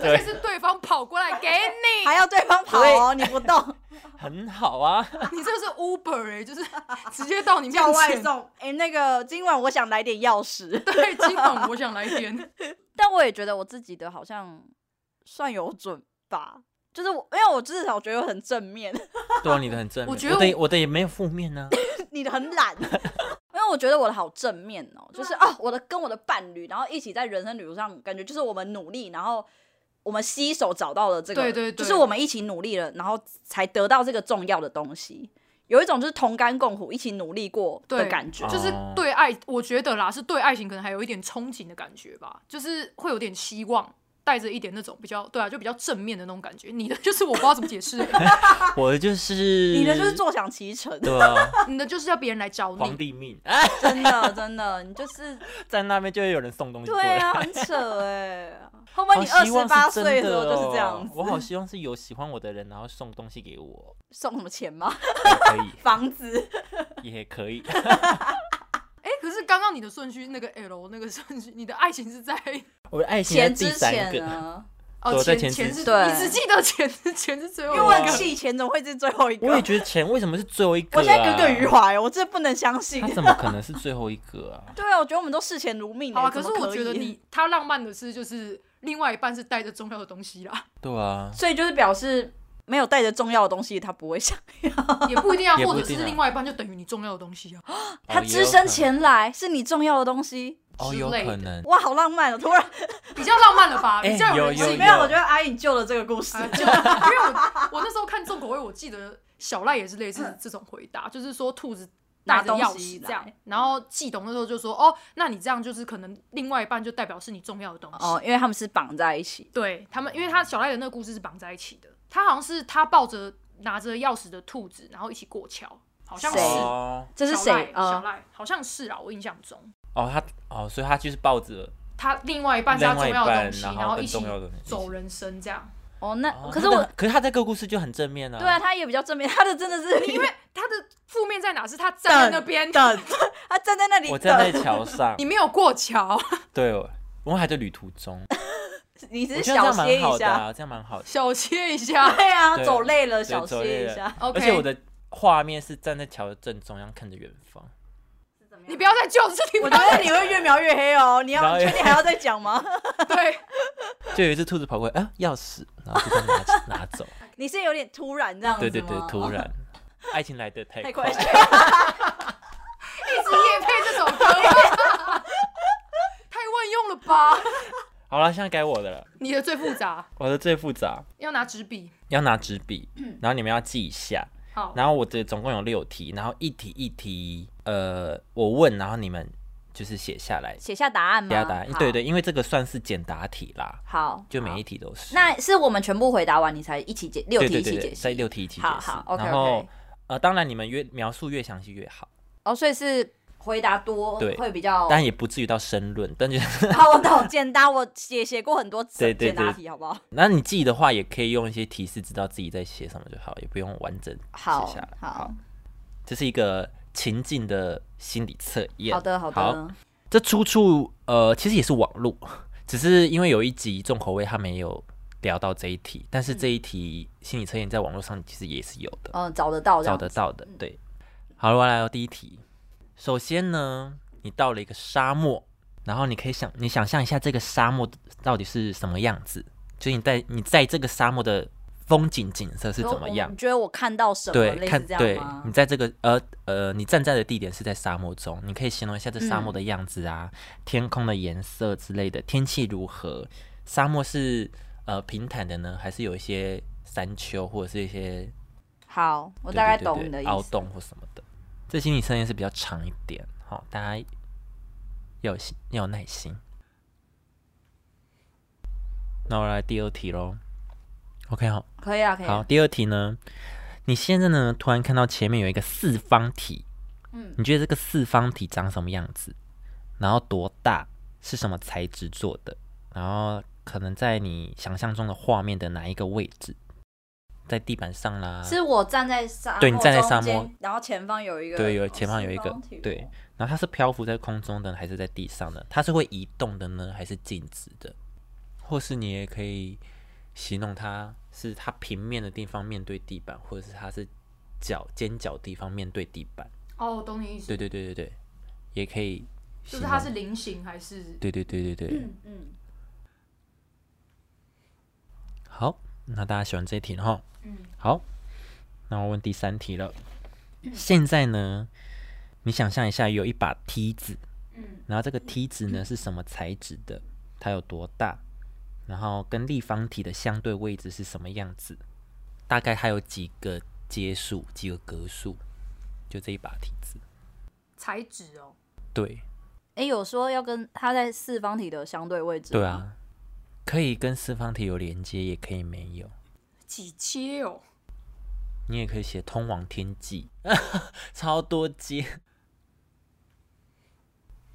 Speaker 3: 而且是对方跑过来给你，
Speaker 1: 还要对方跑哦，你不动
Speaker 2: 很好 啊，
Speaker 3: 你这个是 Uber 哎、就是直接到你面
Speaker 1: 叫外
Speaker 3: 前。
Speaker 1: 送。哎、那个今晚我想来点钥匙，
Speaker 3: 对，今晚我想来点。
Speaker 1: 但我也觉得我自己的好像算有准吧，就是我因为我至少觉得我很正面，
Speaker 2: 对啊，你的很正面，
Speaker 3: 我觉得
Speaker 2: 我的也我的也没有负面啊呢、
Speaker 1: 你的很懒， 因为我觉得我的好正面哦，就是啊，我的跟我的伴侣，然后一起在人生旅途上，感觉就是我们努力，然后我们携手找到了这个，
Speaker 3: 对对对
Speaker 1: 就是我们一起努力了，然后才得到这个重要的东西，有一种就是同甘共苦，一起努力过的
Speaker 3: 对
Speaker 1: 感觉
Speaker 2: 哦。
Speaker 3: 就是对爱，我觉得啦，是对爱情可能还有一点憧憬的感觉吧，就是会有点希望，带着一点那种比较对啊，就比较正面的那种感觉。你的就是我不知道怎么 解释、
Speaker 2: 我的 就是
Speaker 1: 你的就是坐享其成，
Speaker 2: 对啊，
Speaker 3: 你的就是要别人来找
Speaker 2: 皇
Speaker 3: 你，
Speaker 2: 帝命，哎，
Speaker 1: 真的真的，你就是
Speaker 2: 在那边就会有人送东西过
Speaker 1: 对
Speaker 2: 来。
Speaker 1: 啊，很扯哎、 后面
Speaker 2: 好
Speaker 1: 你二
Speaker 2: 哦希望
Speaker 1: 十
Speaker 2: 是
Speaker 1: 八
Speaker 2: 真
Speaker 1: 岁的时
Speaker 2: 的
Speaker 1: 候就是这
Speaker 2: 哦
Speaker 1: 样子，
Speaker 2: 我好希望是有喜欢我的人，然后送东西给我，
Speaker 1: 送什么钱吗？
Speaker 2: 也可以。
Speaker 1: 房子，
Speaker 2: 也 可以，
Speaker 3: 哎、可是刚刚你的顺序那个 L 那个顺序，你的爱情是 在
Speaker 2: 我的爱情在
Speaker 1: 钱
Speaker 2: 第
Speaker 1: 之
Speaker 2: 三
Speaker 1: 前啊
Speaker 2: 个，
Speaker 1: 呢？
Speaker 3: 哦
Speaker 2: 对在
Speaker 3: 前
Speaker 2: 前
Speaker 3: 前
Speaker 2: 十
Speaker 3: 是，
Speaker 1: 对
Speaker 3: 你只记得前是前是最后一
Speaker 1: 因为
Speaker 3: 个，
Speaker 1: 我很气，钱怎么会是最后一个？
Speaker 2: 我也觉得钱为什么是最后一个、啊？
Speaker 1: 我现在耿耿于怀，我真的不能相 信
Speaker 2: 他。怎么可能是最后一个啊？
Speaker 1: 对啊，我觉得我们都视钱如命欸
Speaker 3: 好啊，
Speaker 1: 怎
Speaker 3: 可
Speaker 1: 么
Speaker 3: 是
Speaker 1: 可
Speaker 3: 我觉得
Speaker 1: 以
Speaker 3: 你他浪漫的是，就是另外一半是带着重要的东西啦，
Speaker 2: 对啊，
Speaker 1: 所以就是表示没有带着重要的东西，他不会
Speaker 2: 哦
Speaker 1: 想，
Speaker 3: 也不一定啊，
Speaker 2: 也不
Speaker 3: 或者
Speaker 2: 一定
Speaker 3: 是
Speaker 2: 啊
Speaker 3: 另外一半就等于你重要的东西啊。
Speaker 1: 他
Speaker 2: 也
Speaker 1: 只
Speaker 2: 有
Speaker 1: 身
Speaker 2: 可
Speaker 1: 前来是你重要的东西。
Speaker 2: 哦，有
Speaker 3: 之类
Speaker 2: 可
Speaker 3: 的
Speaker 2: 能。
Speaker 1: 哇，好浪漫哦！突然
Speaker 3: 比较浪漫了吧？
Speaker 2: 哎
Speaker 3: 比较人
Speaker 2: 有
Speaker 3: 性。
Speaker 1: 没有，我觉得阿颖救了这个故事
Speaker 3: 啊，。就因为我我那时候看重口味，我记得小赖也是类似这种回答，就是说兔子
Speaker 1: 嗯拿
Speaker 3: 带着钥
Speaker 1: 东西
Speaker 3: 匙这样
Speaker 1: 来，
Speaker 3: 然后季董那时候就说，哦，那你这样就是可能另外一半就代表是你重要的东西。
Speaker 1: 哦，因为他们是绑在一起。
Speaker 3: 对他们，因为他小赖的那个故事是绑在一起的，他好像是他抱着拿着钥匙的兔子，然后一起过桥，好像是。
Speaker 1: 谁
Speaker 2: 哦
Speaker 1: 这是
Speaker 3: 小赖
Speaker 1: 谁？
Speaker 3: 小
Speaker 1: 呃，
Speaker 3: 赖好像是啊，我印象中。
Speaker 2: 哦，他哦，所以他就是抱着
Speaker 3: 他另外一半是他重要的东西，
Speaker 2: 另外一半
Speaker 3: 然
Speaker 2: 然后
Speaker 3: 后一
Speaker 2: 跟
Speaker 3: 起
Speaker 2: 重要的人一起
Speaker 3: 走人生这样。
Speaker 1: 哦，那
Speaker 2: 哦
Speaker 1: 可是
Speaker 2: 他的
Speaker 1: 我，
Speaker 2: 可是他这个故事就很正面啊。
Speaker 1: 对啊，，他也比较正面，他的真的是
Speaker 3: 因为他的负面在哪？是他站在那边，
Speaker 1: 等， 他站在那里
Speaker 2: 我站在
Speaker 1: 等。
Speaker 2: 桥上
Speaker 3: 你，没有过桥。
Speaker 2: 对，我我们还在旅途中，
Speaker 1: 你只
Speaker 2: 我
Speaker 1: 是
Speaker 2: 觉得这
Speaker 1: 小
Speaker 2: 样
Speaker 1: 歇
Speaker 2: 蛮
Speaker 1: 一
Speaker 2: 好的
Speaker 1: 下，
Speaker 2: 啊，这样蛮好的。
Speaker 3: 小切一下。
Speaker 1: 对啊，
Speaker 2: 对
Speaker 1: 走累了小
Speaker 2: 对走
Speaker 1: 歇
Speaker 2: 累
Speaker 1: 一
Speaker 2: 了
Speaker 1: 下。
Speaker 3: OK，
Speaker 2: 而且我的画面是站在桥的正中央看着远方，
Speaker 3: 你不要再救自己，
Speaker 1: 我
Speaker 3: 不
Speaker 1: 觉
Speaker 3: 要
Speaker 1: 得 你会越描越黑哦。你
Speaker 2: 然
Speaker 1: 要
Speaker 2: 后
Speaker 1: 你确定还要再讲吗？
Speaker 3: 对，
Speaker 2: 就有一只兔子跑过来，啊，钥匙，然后就把它拿 拿走。
Speaker 1: 你是有点突然这样子
Speaker 2: 对对 对
Speaker 1: 吗，哦
Speaker 2: 突然，爱情来的
Speaker 1: 太
Speaker 2: 太
Speaker 1: 快
Speaker 2: 快。
Speaker 3: 一直夜配这首歌，太万用了吧？
Speaker 2: 好了，现在该我的了，
Speaker 3: 你的最复杂，
Speaker 2: 我的最复杂，
Speaker 3: 要拿纸笔。
Speaker 2: 要拿纸笔，
Speaker 1: 嗯
Speaker 2: 然后你们要记一下。
Speaker 3: 好，
Speaker 2: 然后我这总共有六题，然后一题一题，呃，我问，然后你们就是写下来，
Speaker 1: 写下答案吗？
Speaker 2: 不要答案。
Speaker 1: 好
Speaker 2: 对，对，因为这个算是简答题啦，
Speaker 1: 好，
Speaker 2: 就每
Speaker 1: 好
Speaker 2: 一题都是。
Speaker 1: 那是我们全部回答完，你才一起解六
Speaker 2: 对
Speaker 1: 题
Speaker 2: 对
Speaker 1: 一
Speaker 2: 对
Speaker 1: 起解
Speaker 2: 对，在
Speaker 1: 析。
Speaker 2: 六题一起解
Speaker 1: 好
Speaker 2: 释
Speaker 1: 好，OK，
Speaker 2: 然后
Speaker 1: OK
Speaker 2: 呃，当然你们越描述越详细越好，
Speaker 1: 哦，所以是回答多
Speaker 2: 对
Speaker 1: 会比较。
Speaker 2: 但也不至于到申论， 但就是
Speaker 1: 好，我懂，简答我写写过很多次
Speaker 2: 对对
Speaker 1: 简答
Speaker 2: 对
Speaker 1: 题，好不好？
Speaker 2: 那你记的话也可以用一些提示知道自己在写什么就好，也不用完整
Speaker 1: 好
Speaker 2: 写下来。
Speaker 1: 好
Speaker 2: 这是一个情境的心理测验。
Speaker 1: 好的好的，
Speaker 2: 这出处呃，其实也是网络，只是因为有一集重口味，他没有聊到这一题，但是这一题心理测验在网络上其实也是有的，
Speaker 1: 嗯，找得到这
Speaker 2: 找
Speaker 1: 样
Speaker 2: 得到的。对，好了，我来到哦第一题。首先呢，你到了一个沙漠，然后你可以想，你想象一下这个沙漠到底是什么样子，就是你在你在这个沙漠的风景景色是
Speaker 1: 哦我
Speaker 2: 怎么样
Speaker 1: 你？觉得我看到什么？
Speaker 2: 对，
Speaker 1: 类
Speaker 2: 看
Speaker 1: 似这
Speaker 2: 对
Speaker 1: 样吗
Speaker 2: 你？在这个呃呃，你站在的地点是在沙漠中，你可以形容一下这沙漠的
Speaker 1: 嗯
Speaker 2: 样子啊，天空的颜色之类的，天气如何？沙漠是呃平坦的呢，还是有一些山丘或者是一些
Speaker 1: 好，我
Speaker 2: 我
Speaker 1: 大概懂你的意
Speaker 2: 凹
Speaker 1: 思。
Speaker 2: 洞或什么的？这心理测验是比较长一点，好、大家要有心要有耐心。那我来第二题喽，OK 好。
Speaker 1: 可以啊，可以啊。
Speaker 2: 好，第二题呢？你现在呢，突然看到前面有一个四方体，
Speaker 1: 嗯
Speaker 2: 你觉得这个四方体长什么样子？然后多大？是什么材质做的？然后可能在你想象中的画面的哪一个位置？在地板上啦，
Speaker 1: 是我站在沙漠
Speaker 2: 对你站在沙
Speaker 1: 中间
Speaker 2: 漠，
Speaker 1: 然后前方有一个，
Speaker 2: 对，有
Speaker 1: 哦
Speaker 2: 前方有一
Speaker 1: 四
Speaker 2: 个
Speaker 1: 方体，
Speaker 2: 对
Speaker 1: 哦，
Speaker 2: 然后它是漂浮在空中的还是在地上的？它是会移动的呢，还是静止的？或是你也可以形容它是它平面的地方面对地板，或者是它是脚尖角地方面对地板。
Speaker 3: 哦，我懂你意思，
Speaker 2: 对对对对对，也可以
Speaker 3: 就
Speaker 2: 形容。
Speaker 3: 是它是菱形还是？
Speaker 2: 对对对对对，
Speaker 1: 嗯嗯，
Speaker 2: 好，那大家喜欢这一题了哈。
Speaker 3: 嗯，
Speaker 2: 好，那我问第三题了。现在呢，你想象一下，有一把梯子，
Speaker 3: 嗯，
Speaker 2: 然后这个梯子呢是什么材质的？它有多大？然后跟立方体的相对位置是什么样子？大概它有几个阶数，几个格数？就这一把梯子。
Speaker 3: 材质哦，
Speaker 2: 对
Speaker 1: 哎，有说要跟它在四方体的相对位置，
Speaker 2: 对，啊，可以跟四方体有连接，也可以没有。
Speaker 3: 几阶哦，
Speaker 2: 你也可以写通往天际， 超多阶。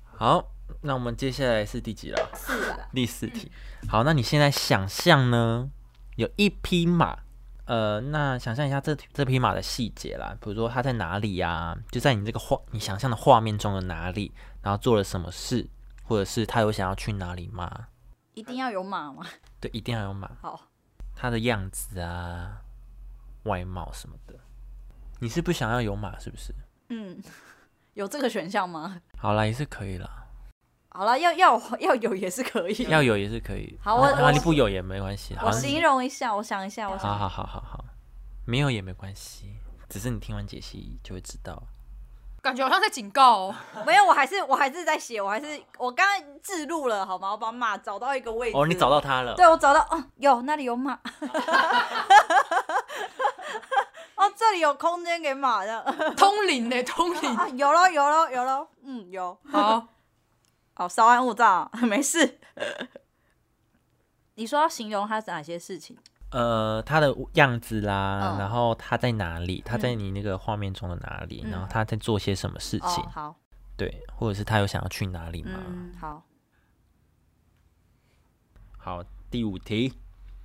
Speaker 2: 好，那我们接下来是第几了？
Speaker 1: 是吧？嗯
Speaker 2: 第四题。好，那你现在想象呢？有一匹马，呃，那想象一下这这匹马的细节啦，比如说它在哪里呀、就在你这个画你想象的画面中的哪里，然后做了什么事，或者是它有想要去哪里吗？
Speaker 1: 一定要有马吗？
Speaker 2: 对，一定要有马。
Speaker 1: 好，
Speaker 2: 它的样子啊、外貌什么的，你是不想要有马是不是？
Speaker 1: 嗯，有这个选项吗？
Speaker 2: 好啦，也是可以啦，
Speaker 1: 好了，要要要有也是可以。
Speaker 2: 要有也是可以。
Speaker 1: 嗯好我
Speaker 2: 哪里
Speaker 1: 我
Speaker 2: 不有也没关系。
Speaker 1: 我
Speaker 2: 好像
Speaker 1: 形容一下，我想一下，我想
Speaker 2: 好好好好好，没有也没关系，只是你听完解析就会知道。
Speaker 3: 感觉好像在警告哦。
Speaker 1: 没有，我还是我还是在写，我还是我刚刚置入了，好吗？我把马找到一个位置。
Speaker 2: 哦，你找到它了。
Speaker 1: 对，我找到，哦，有那里有马， 哦，这里有空间给马的，
Speaker 3: 通灵呢、欸通 灵。
Speaker 1: 啊，有咯有咯有咯，嗯，有，
Speaker 3: 好，
Speaker 1: 哦，稍安勿躁， 没事。你说要形容它是哪些事情？
Speaker 2: 呃，它的样子啦，
Speaker 1: 嗯
Speaker 2: 然后它在哪里？它在你那个画面中的哪里？
Speaker 1: 嗯
Speaker 2: 然后它在做些什么事情
Speaker 1: 哦，？好，
Speaker 2: 对，或者是它有想要去哪里吗？
Speaker 1: 嗯，好，
Speaker 2: 好，第五题，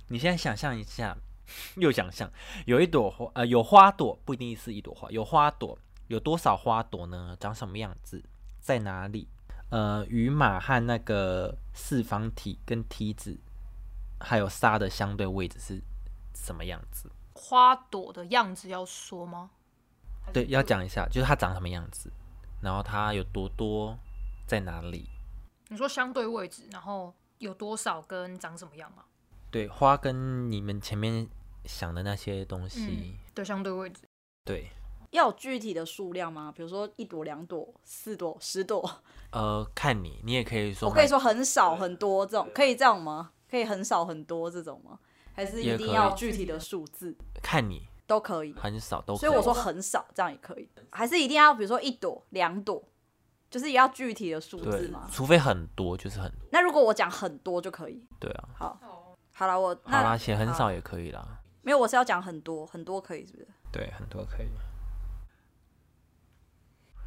Speaker 2: 你现在想象一下， 又想象有一朵花，呃，有花朵，不一定是一朵花，有花朵，有多少花朵呢？长什么样子？在哪里？呃，与马和那个四方体跟梯子，还有沙的相对位置是什么样子？
Speaker 3: 花朵的样子要说吗？
Speaker 2: 对，要讲一下，就是它长什么样子，然后它有多多，在哪里？
Speaker 3: 你说相对位置，然后有多少跟长什么样吗？
Speaker 2: 对，花跟你们前面想的那些东西，
Speaker 3: 嗯，对，相对位置。
Speaker 2: 对，
Speaker 1: 要有具体的数量吗？比如说一朵、两朵、四朵、十朵？
Speaker 2: 呃，看你，你也可以说
Speaker 1: 我
Speaker 2: 蛮，
Speaker 1: 可以说很少很多这种，可以这样吗？可以很少很多这种吗？还是一
Speaker 2: 也
Speaker 1: 定
Speaker 2: 可以
Speaker 1: 要有具体的数字
Speaker 2: 看你
Speaker 1: 都可以？
Speaker 2: 很少都可
Speaker 1: 所以我说很少，这样也可以，还是一定要比如说一朵、两朵，就是也要具体的数字
Speaker 2: 对
Speaker 1: 嘛，。
Speaker 2: 除非很多就是很
Speaker 1: 那如果我讲很多就可以。
Speaker 2: 对啊，
Speaker 1: 好了，我
Speaker 2: 好啦，
Speaker 1: 那
Speaker 2: 写很少也可以啦，
Speaker 1: 没有，我是要讲很多，很多可以是不是？
Speaker 2: 对，很多可以。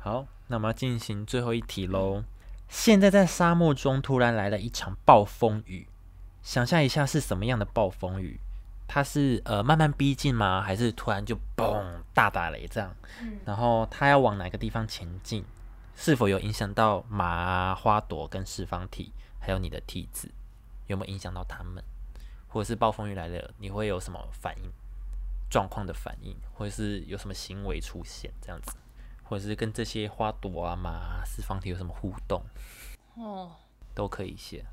Speaker 2: 好，那我们要进行最后一题喽。现在在沙漠中突然来了一场暴风雨，想象一下是什么样的暴风雨？它是呃慢慢逼近吗？还是突然就嘣大打雷这样？然后它要往哪个地方前进？是否有影响到马啊、花朵跟四方体，还有你的梯子？有没有影响到它们？或者是暴风雨来了，你会有什么反应？状况的反应，或者是有什么行为出现这样子，或者是跟这些花朵啊、马啊、四方体有什么互动，
Speaker 3: 哦，
Speaker 2: 都可以写。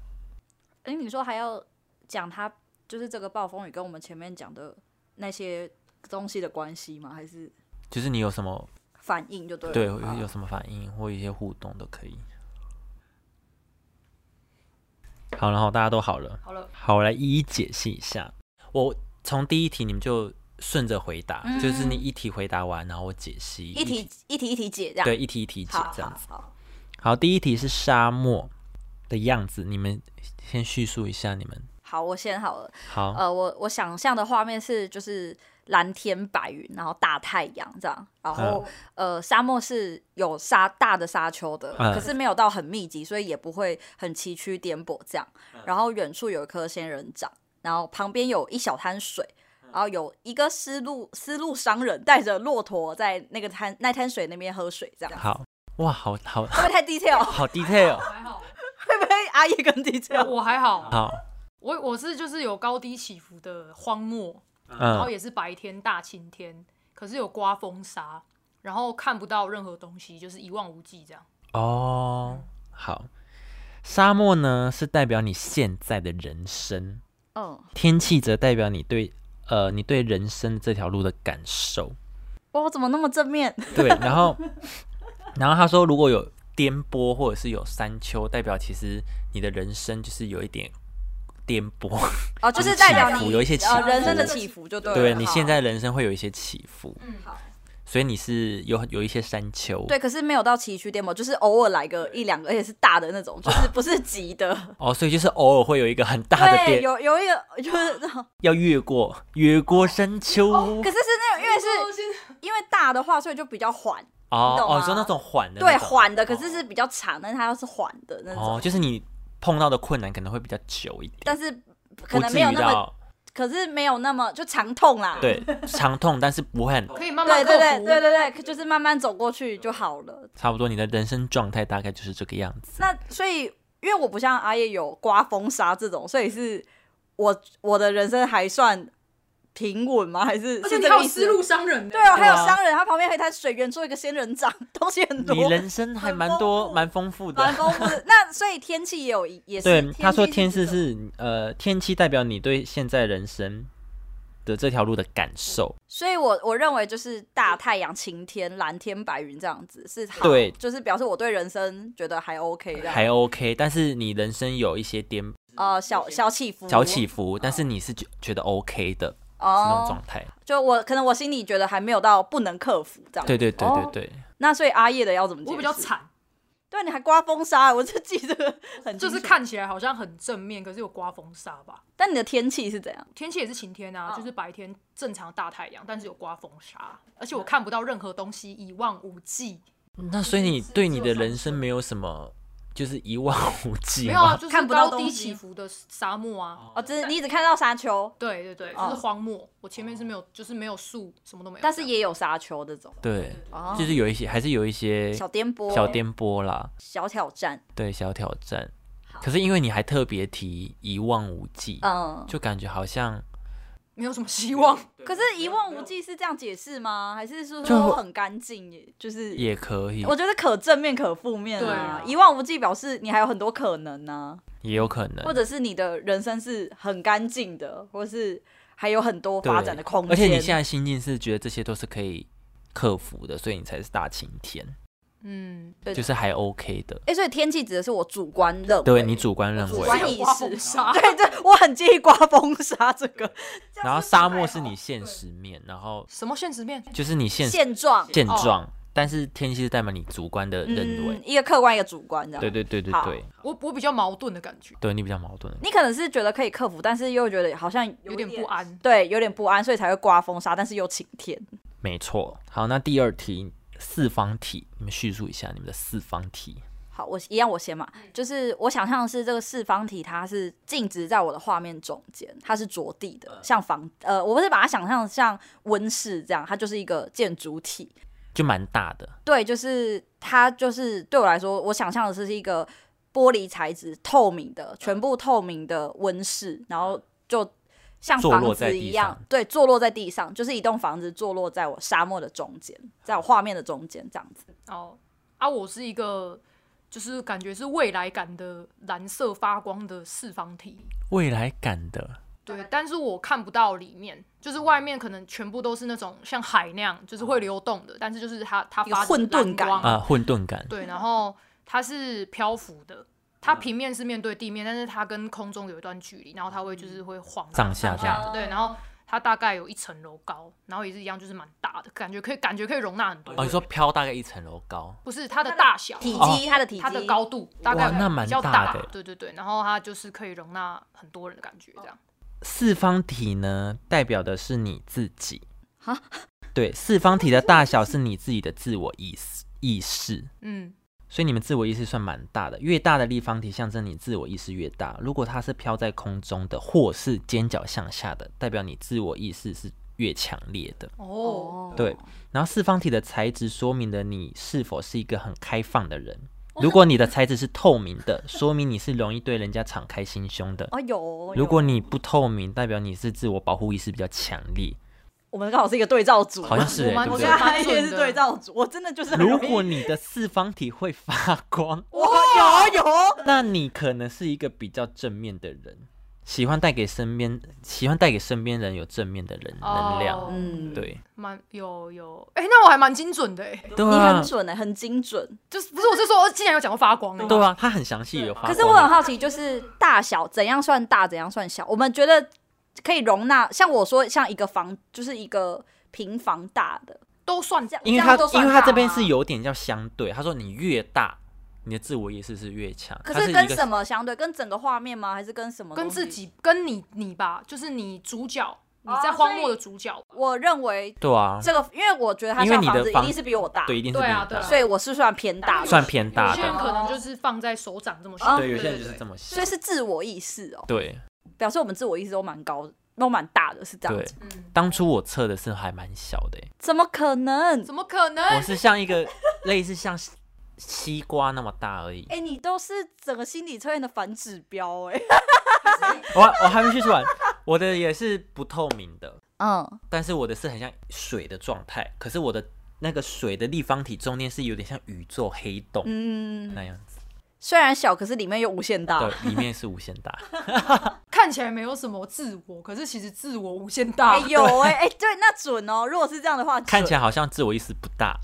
Speaker 1: 哎、你说还要讲它就是这个暴风雨跟我们前面讲的那些东西的关系吗？还是
Speaker 2: 就是你有什么
Speaker 1: 反应就对了？啊
Speaker 2: 对
Speaker 1: 好
Speaker 2: 有有什么反应或一些互动都可以。好，然后大家都好了，
Speaker 3: 好了，
Speaker 2: 好，我来一一解析一下。我从第一题你们就顺着回答，就是你一题回答完，然后我解析
Speaker 1: 嗯一题一题一题解这样。
Speaker 2: 对一题一题解
Speaker 1: 好，
Speaker 2: 这样
Speaker 1: 好
Speaker 2: 子。
Speaker 1: 好，
Speaker 2: 好，第一题是沙漠的样子，你们先叙述一下你们。
Speaker 1: 好，我先好了。
Speaker 2: 好，
Speaker 1: 呃，我我想象的画面是就是蓝天白云，然后大太阳这样，然后、呃沙漠是有沙大的沙丘的，
Speaker 2: 嗯
Speaker 1: 可是没有到很密集，所以也不会很崎岖颠簸这样。然后远处有一棵仙人掌，然后旁边有一小滩水。然后有一个丝路丝路商人带着骆驼在那个滩那滩水那边喝水， 这样
Speaker 2: 好哇，好好
Speaker 1: 会 不会太 detail？
Speaker 2: 好 detail，
Speaker 3: 还好，
Speaker 1: 会不会阿姨更
Speaker 2: 啊
Speaker 1: detail？
Speaker 3: 我还好，
Speaker 2: 好，
Speaker 3: 我我是就是有高低起伏的荒漠，然后
Speaker 2: 嗯，
Speaker 3: 也是白天大晴天，可是有刮风沙，然后看不到任何东西，就是一望无际这样。
Speaker 2: 哦，好。沙漠呢是代表你现在的人生，
Speaker 1: 嗯，
Speaker 2: 天气则代表你对呃你对人生这条路的感受。
Speaker 1: 哇，我怎么那么正面？
Speaker 2: 对，然 后然后他说，如果有颠簸或者是有山丘，代表其实你的人生就是有一点颠簸，
Speaker 1: 哦，就是
Speaker 2: 啊起
Speaker 1: 代表
Speaker 2: 伏
Speaker 1: 你
Speaker 2: 有一些起
Speaker 1: 呃人
Speaker 2: 伏
Speaker 1: 生的起伏就对了。
Speaker 2: 对
Speaker 1: 好
Speaker 2: 你现在人生会有一些起伏，
Speaker 3: 嗯，好，
Speaker 2: 所以你是有有一些山丘。
Speaker 1: 对，可是没有到崎岖颠簸，就是偶尔来个一两个，而且是大的那种，就是不是急的。
Speaker 2: 哦，所以就是偶尔会有一个很 大的
Speaker 1: 对，
Speaker 2: 点，
Speaker 1: 有有一个就是那种，
Speaker 2: 要越过越过山丘。
Speaker 1: 可是是那种，因为是因为大的话，所以就比较缓，
Speaker 2: 哦
Speaker 1: 你懂
Speaker 2: 哦，
Speaker 1: 吗
Speaker 2: 你说那种缓的
Speaker 1: 对，
Speaker 2: 那种，
Speaker 1: 缓的，可是是比较长，但是它又是缓的那种，
Speaker 2: 哦，就是你碰到的困难可能会比较久一点，
Speaker 1: 但是可
Speaker 2: 不
Speaker 1: 能
Speaker 2: 至
Speaker 1: 没有
Speaker 2: 于
Speaker 1: 那么，
Speaker 2: 到
Speaker 1: 可是没有那么就长痛啦。
Speaker 2: 对长痛，但是不会很
Speaker 3: 可以慢慢
Speaker 1: 对
Speaker 3: 克
Speaker 1: 对
Speaker 3: 服。
Speaker 1: 对对对对，就是慢慢走过去就好了。
Speaker 2: 差不多。你的人生状态大概就是这个样子。
Speaker 1: 那所以，因为我不像阿叶有刮风沙这种，所以是我我的人生还算平稳吗？还是
Speaker 3: 而且
Speaker 1: 是
Speaker 3: 你
Speaker 1: 这
Speaker 3: 还
Speaker 1: 个
Speaker 3: 有
Speaker 1: 意思
Speaker 3: 丝路商人呢，
Speaker 1: 对哦，还有
Speaker 2: 对啊
Speaker 1: 商人，他旁边还有一滩水源，做一个仙人掌， 东西很多
Speaker 2: 你，人生还蛮多、蛮丰富
Speaker 1: 蛮
Speaker 2: 的。啊
Speaker 1: 丰富的。那所以天气也有一也是，
Speaker 2: 对，他说天
Speaker 1: 气什
Speaker 2: 气
Speaker 1: 么，
Speaker 2: 是呃，天气代表你对现在人生的这条路的感受。
Speaker 1: 所以我我认为就是大太阳、晴天、蓝天、白云这样子是好，
Speaker 2: 对
Speaker 1: 就是表示我对人生觉得还 OK 这样，
Speaker 2: 还 OK，但是你人生有一些颠
Speaker 1: 呃小小起伏，
Speaker 2: 小起伏，但是你是觉觉得 OK 的、是那种
Speaker 1: 哦，
Speaker 2: 状态。
Speaker 1: 就我可能我心里觉得还没有到不能克服这样，
Speaker 2: 对对对
Speaker 1: 哦
Speaker 2: 对对，
Speaker 1: 那所以阿叶的要怎么解释？
Speaker 3: 我比较，惨，
Speaker 1: 对，啊你还刮风沙，我就记得很
Speaker 3: 就是
Speaker 1: 清楚，
Speaker 3: 看起来好像很正面，可是有刮风沙吧。
Speaker 1: 但你的天气是怎样？
Speaker 3: 天气也是晴天啊，
Speaker 1: 嗯
Speaker 3: 就是白天正常大太阳，但是有刮风沙，而
Speaker 1: 嗯
Speaker 3: 且我看不到任何东西，一望无际。
Speaker 2: 那所以你对你的人生没有什么就是一望无际
Speaker 3: 没有啊，
Speaker 2: 吗？
Speaker 3: 就是
Speaker 1: 看不到
Speaker 3: 高
Speaker 1: 东
Speaker 3: 低
Speaker 1: 西
Speaker 3: 起伏的沙漠啊。
Speaker 1: 哦，只是你只看到沙丘，
Speaker 3: 对对对，
Speaker 1: 哦
Speaker 3: 就是荒漠。我前面是没有，就是没有树，什么都没有。
Speaker 1: 但是也有沙丘这种。
Speaker 2: 对，
Speaker 1: 哦
Speaker 2: 就是有一些还是有一些
Speaker 1: 小颠簸、
Speaker 2: 小颠簸啦，
Speaker 1: 小挑战，
Speaker 2: 对，小挑战。可是因为你还特别提一望无际，
Speaker 1: 嗯。
Speaker 2: 就感觉好像
Speaker 3: 没有什么希 望。嗯
Speaker 1: 可是，一望无际是这样解释吗？还是说
Speaker 2: 就
Speaker 1: 说很干净？也就是，
Speaker 2: 也可以，
Speaker 1: 我觉得可正面可负面
Speaker 3: 对
Speaker 1: 啊
Speaker 3: 啊。
Speaker 1: 一望无际表示你还有很多可能呢、
Speaker 2: 也有可能
Speaker 1: 或。者是你的人生是很干净的，或是还有很多发展的空间。
Speaker 2: 而且你现在心境是觉得这些都是可以克服的，所以你才是大晴天，
Speaker 3: 嗯，
Speaker 1: 对
Speaker 2: 就是还 OK 的。
Speaker 1: 哎、所以天气指的是我主观认为，
Speaker 2: 对你主观认
Speaker 1: 主
Speaker 2: 为，
Speaker 1: 观
Speaker 3: 我是
Speaker 1: 意
Speaker 3: 有刮风
Speaker 1: 识
Speaker 3: 沙。
Speaker 1: 对对，我很介意刮风沙这个
Speaker 2: 然后沙漠是你现实面，然后
Speaker 3: 什么现实面？
Speaker 2: 就是你现
Speaker 1: 现状，
Speaker 2: 现状，但是天气是代表你主观的认为
Speaker 1: 嗯，。一个客观，一个主观，这样。
Speaker 2: 对对对对
Speaker 1: 好
Speaker 2: 对，
Speaker 3: 我我比较矛盾的感觉，
Speaker 2: 对你比较矛盾。
Speaker 1: 你可能是觉得可以克服，但是又觉得好像
Speaker 3: 有点不安。嗯
Speaker 1: 对，有点不安，所以才会刮风沙，但是又晴天。
Speaker 2: 没错。好，那第二题四方体，你们叙述一下你们的四方体。
Speaker 1: 好，我一样我先嘛，
Speaker 3: 嗯
Speaker 1: 就是我想象的是这个四方体，它是静止在我的画面中间，它是着地
Speaker 3: 嗯
Speaker 1: 的，像房呃，我不是把它想象像温室这样，它就是一个建筑体。
Speaker 2: 就蛮大的，
Speaker 1: 对，就是它就是对我来说，我想象的是一个玻璃材质透明的，
Speaker 2: 嗯
Speaker 1: 全部透明的温室，然后就像
Speaker 2: 坐
Speaker 1: 房
Speaker 2: 落在
Speaker 1: 子
Speaker 2: 地
Speaker 1: 一样
Speaker 2: 上，
Speaker 1: 对，坐落在地上，就是一栋房子坐落在我沙漠的中间，在我画面的中间这样子。
Speaker 3: 哦，啊，我是一个就是感觉是未来感的蓝色发光的四方体。
Speaker 2: 未来感的
Speaker 3: 对，但是我看不到里面，就是外面可能全部都是那种像海那样，就是会流动的，但是就是它它
Speaker 1: 一个
Speaker 3: 发着
Speaker 1: 混沌
Speaker 3: 蓝
Speaker 1: 感
Speaker 3: 光
Speaker 2: 啊、混沌感，
Speaker 3: 对，然后它是漂浮的，
Speaker 2: 嗯
Speaker 3: 它平面是面对地面，但是它跟空中有一段距离，然后它会就是会晃
Speaker 2: 嗯上
Speaker 3: 啊
Speaker 2: 下
Speaker 3: 这
Speaker 2: 这样
Speaker 3: 样，对，然后它大概有一层楼高，然后也是一样，就是蛮大的，感觉可以感觉可以容纳很多
Speaker 2: 哦，你
Speaker 3: 人。
Speaker 2: 说飘大概一层楼高，
Speaker 3: 不是它的大小，
Speaker 1: 体
Speaker 2: 哦
Speaker 1: 积，它的体积，
Speaker 3: 它的高度大概
Speaker 2: 哇那蛮
Speaker 3: 比较
Speaker 2: 大的
Speaker 3: 对对对，然后它就是可以容纳很多人的感觉，
Speaker 1: 哦
Speaker 3: 这样。
Speaker 2: 四方体呢，代表的是你自己。对，四方体的大小是你自己的自我意识意识，
Speaker 3: 嗯，
Speaker 2: 所以你们自我意识算蛮大的。越大的立方体象征你自我意识越大。如果它是飘在空中的，或是尖角向下的，代表你自我意识是越强烈的。
Speaker 3: 哦，
Speaker 2: 对，然后四方体的材质说明了你是否是一个很开放的 人。如果你的材质是透明的，说明你是容易对人家敞开心胸的。
Speaker 1: 哦，有哦。
Speaker 2: 如果
Speaker 1: 有
Speaker 2: 你不透明，代表你是自我保护意识比较强烈。
Speaker 1: 我们刚好是一个对照组，
Speaker 2: 好像是
Speaker 3: 我
Speaker 2: 欸
Speaker 3: 蛮
Speaker 2: 对不
Speaker 3: 我
Speaker 1: 我
Speaker 2: 对
Speaker 3: 觉
Speaker 1: 跟
Speaker 3: 得
Speaker 1: 他
Speaker 3: 蛮
Speaker 1: 也
Speaker 3: 准
Speaker 1: 是
Speaker 3: 的。
Speaker 1: 对照组，我真的就是很
Speaker 2: 如
Speaker 1: 容易
Speaker 2: 果你的四方体会发光，
Speaker 1: 哇有哦有，
Speaker 2: 那你可能是一个比较正面的人，喜欢带给身边喜欢带给身边人有正面的人能量。
Speaker 3: 哦
Speaker 1: 嗯，，
Speaker 2: 对，
Speaker 3: 蛮有有，哎、那我还蛮精准的哎、
Speaker 2: 对
Speaker 1: 你
Speaker 2: 啊
Speaker 1: 很，准欸的，很精准。
Speaker 3: 就是不是我是说，竟然有讲到发光哎、
Speaker 2: 对啊，他很详细有发光。
Speaker 1: 可是我很好奇，就是大小怎样算大，怎样算小？我们觉得可以容纳，像我说，像一个房，就是一个平房大的，
Speaker 3: 都算
Speaker 1: 这样
Speaker 2: 因为
Speaker 1: 这
Speaker 2: 他
Speaker 1: 样都算
Speaker 2: 因为
Speaker 1: 大
Speaker 2: 他这边
Speaker 1: 吗
Speaker 2: 是有点叫相对，他说你越大，你的自我意识是越强。
Speaker 1: 可
Speaker 2: 它
Speaker 1: 是
Speaker 2: 是
Speaker 1: 跟
Speaker 2: 一个
Speaker 1: 什么相对？跟整个画面吗？还是跟什么？
Speaker 3: 跟自。己跟你你吧，就是你主角，你在荒漠的主角，
Speaker 1: 我认为
Speaker 2: 对啊，
Speaker 1: 这个，因为我觉得他
Speaker 2: 因为
Speaker 1: 像
Speaker 2: 你的
Speaker 1: 房子一
Speaker 2: 房
Speaker 1: 定是比我大，
Speaker 2: 对，一定是比
Speaker 3: 对
Speaker 2: 你大，
Speaker 3: 啊对啊
Speaker 1: 所以我是算偏大的，
Speaker 2: 算偏
Speaker 3: 有
Speaker 2: 大
Speaker 3: 些人
Speaker 2: 的。
Speaker 3: 可能就是放在手掌这么小，
Speaker 1: 哦
Speaker 2: 对，有
Speaker 3: 对
Speaker 2: 些人就是这么
Speaker 1: 所
Speaker 2: 想。
Speaker 1: 以是自我意识哦，
Speaker 2: 对
Speaker 1: 表示我们自我意识都蛮高的，都蛮大的，是这样
Speaker 2: 对
Speaker 1: 子？，
Speaker 3: 对对嗯，
Speaker 2: 当初我测的是还蛮小的欸、
Speaker 1: 怎么可能？
Speaker 3: 怎么可能
Speaker 1: 哎
Speaker 2: 我？是像一个类似像西西瓜那么大而已。
Speaker 1: 哎、你都是整个心理测验的反指标哎、
Speaker 2: 我我还没去完，我的也是不透明的，
Speaker 1: 嗯，
Speaker 2: 但是我的是很像水的状态，可是我的那个水的立方体中间是有点像宇宙黑洞、
Speaker 1: 嗯，啊
Speaker 2: 那样子，
Speaker 1: 虽然小，可是里面又无限大。
Speaker 2: 对，里面是无限大。
Speaker 3: 看起来没有什么自我，可是其实自我无限大。
Speaker 1: 哎、有哎、哎、对，那准哦。如果是这样的话，
Speaker 2: 啊看起
Speaker 1: 来
Speaker 2: 来好像自我意识不大，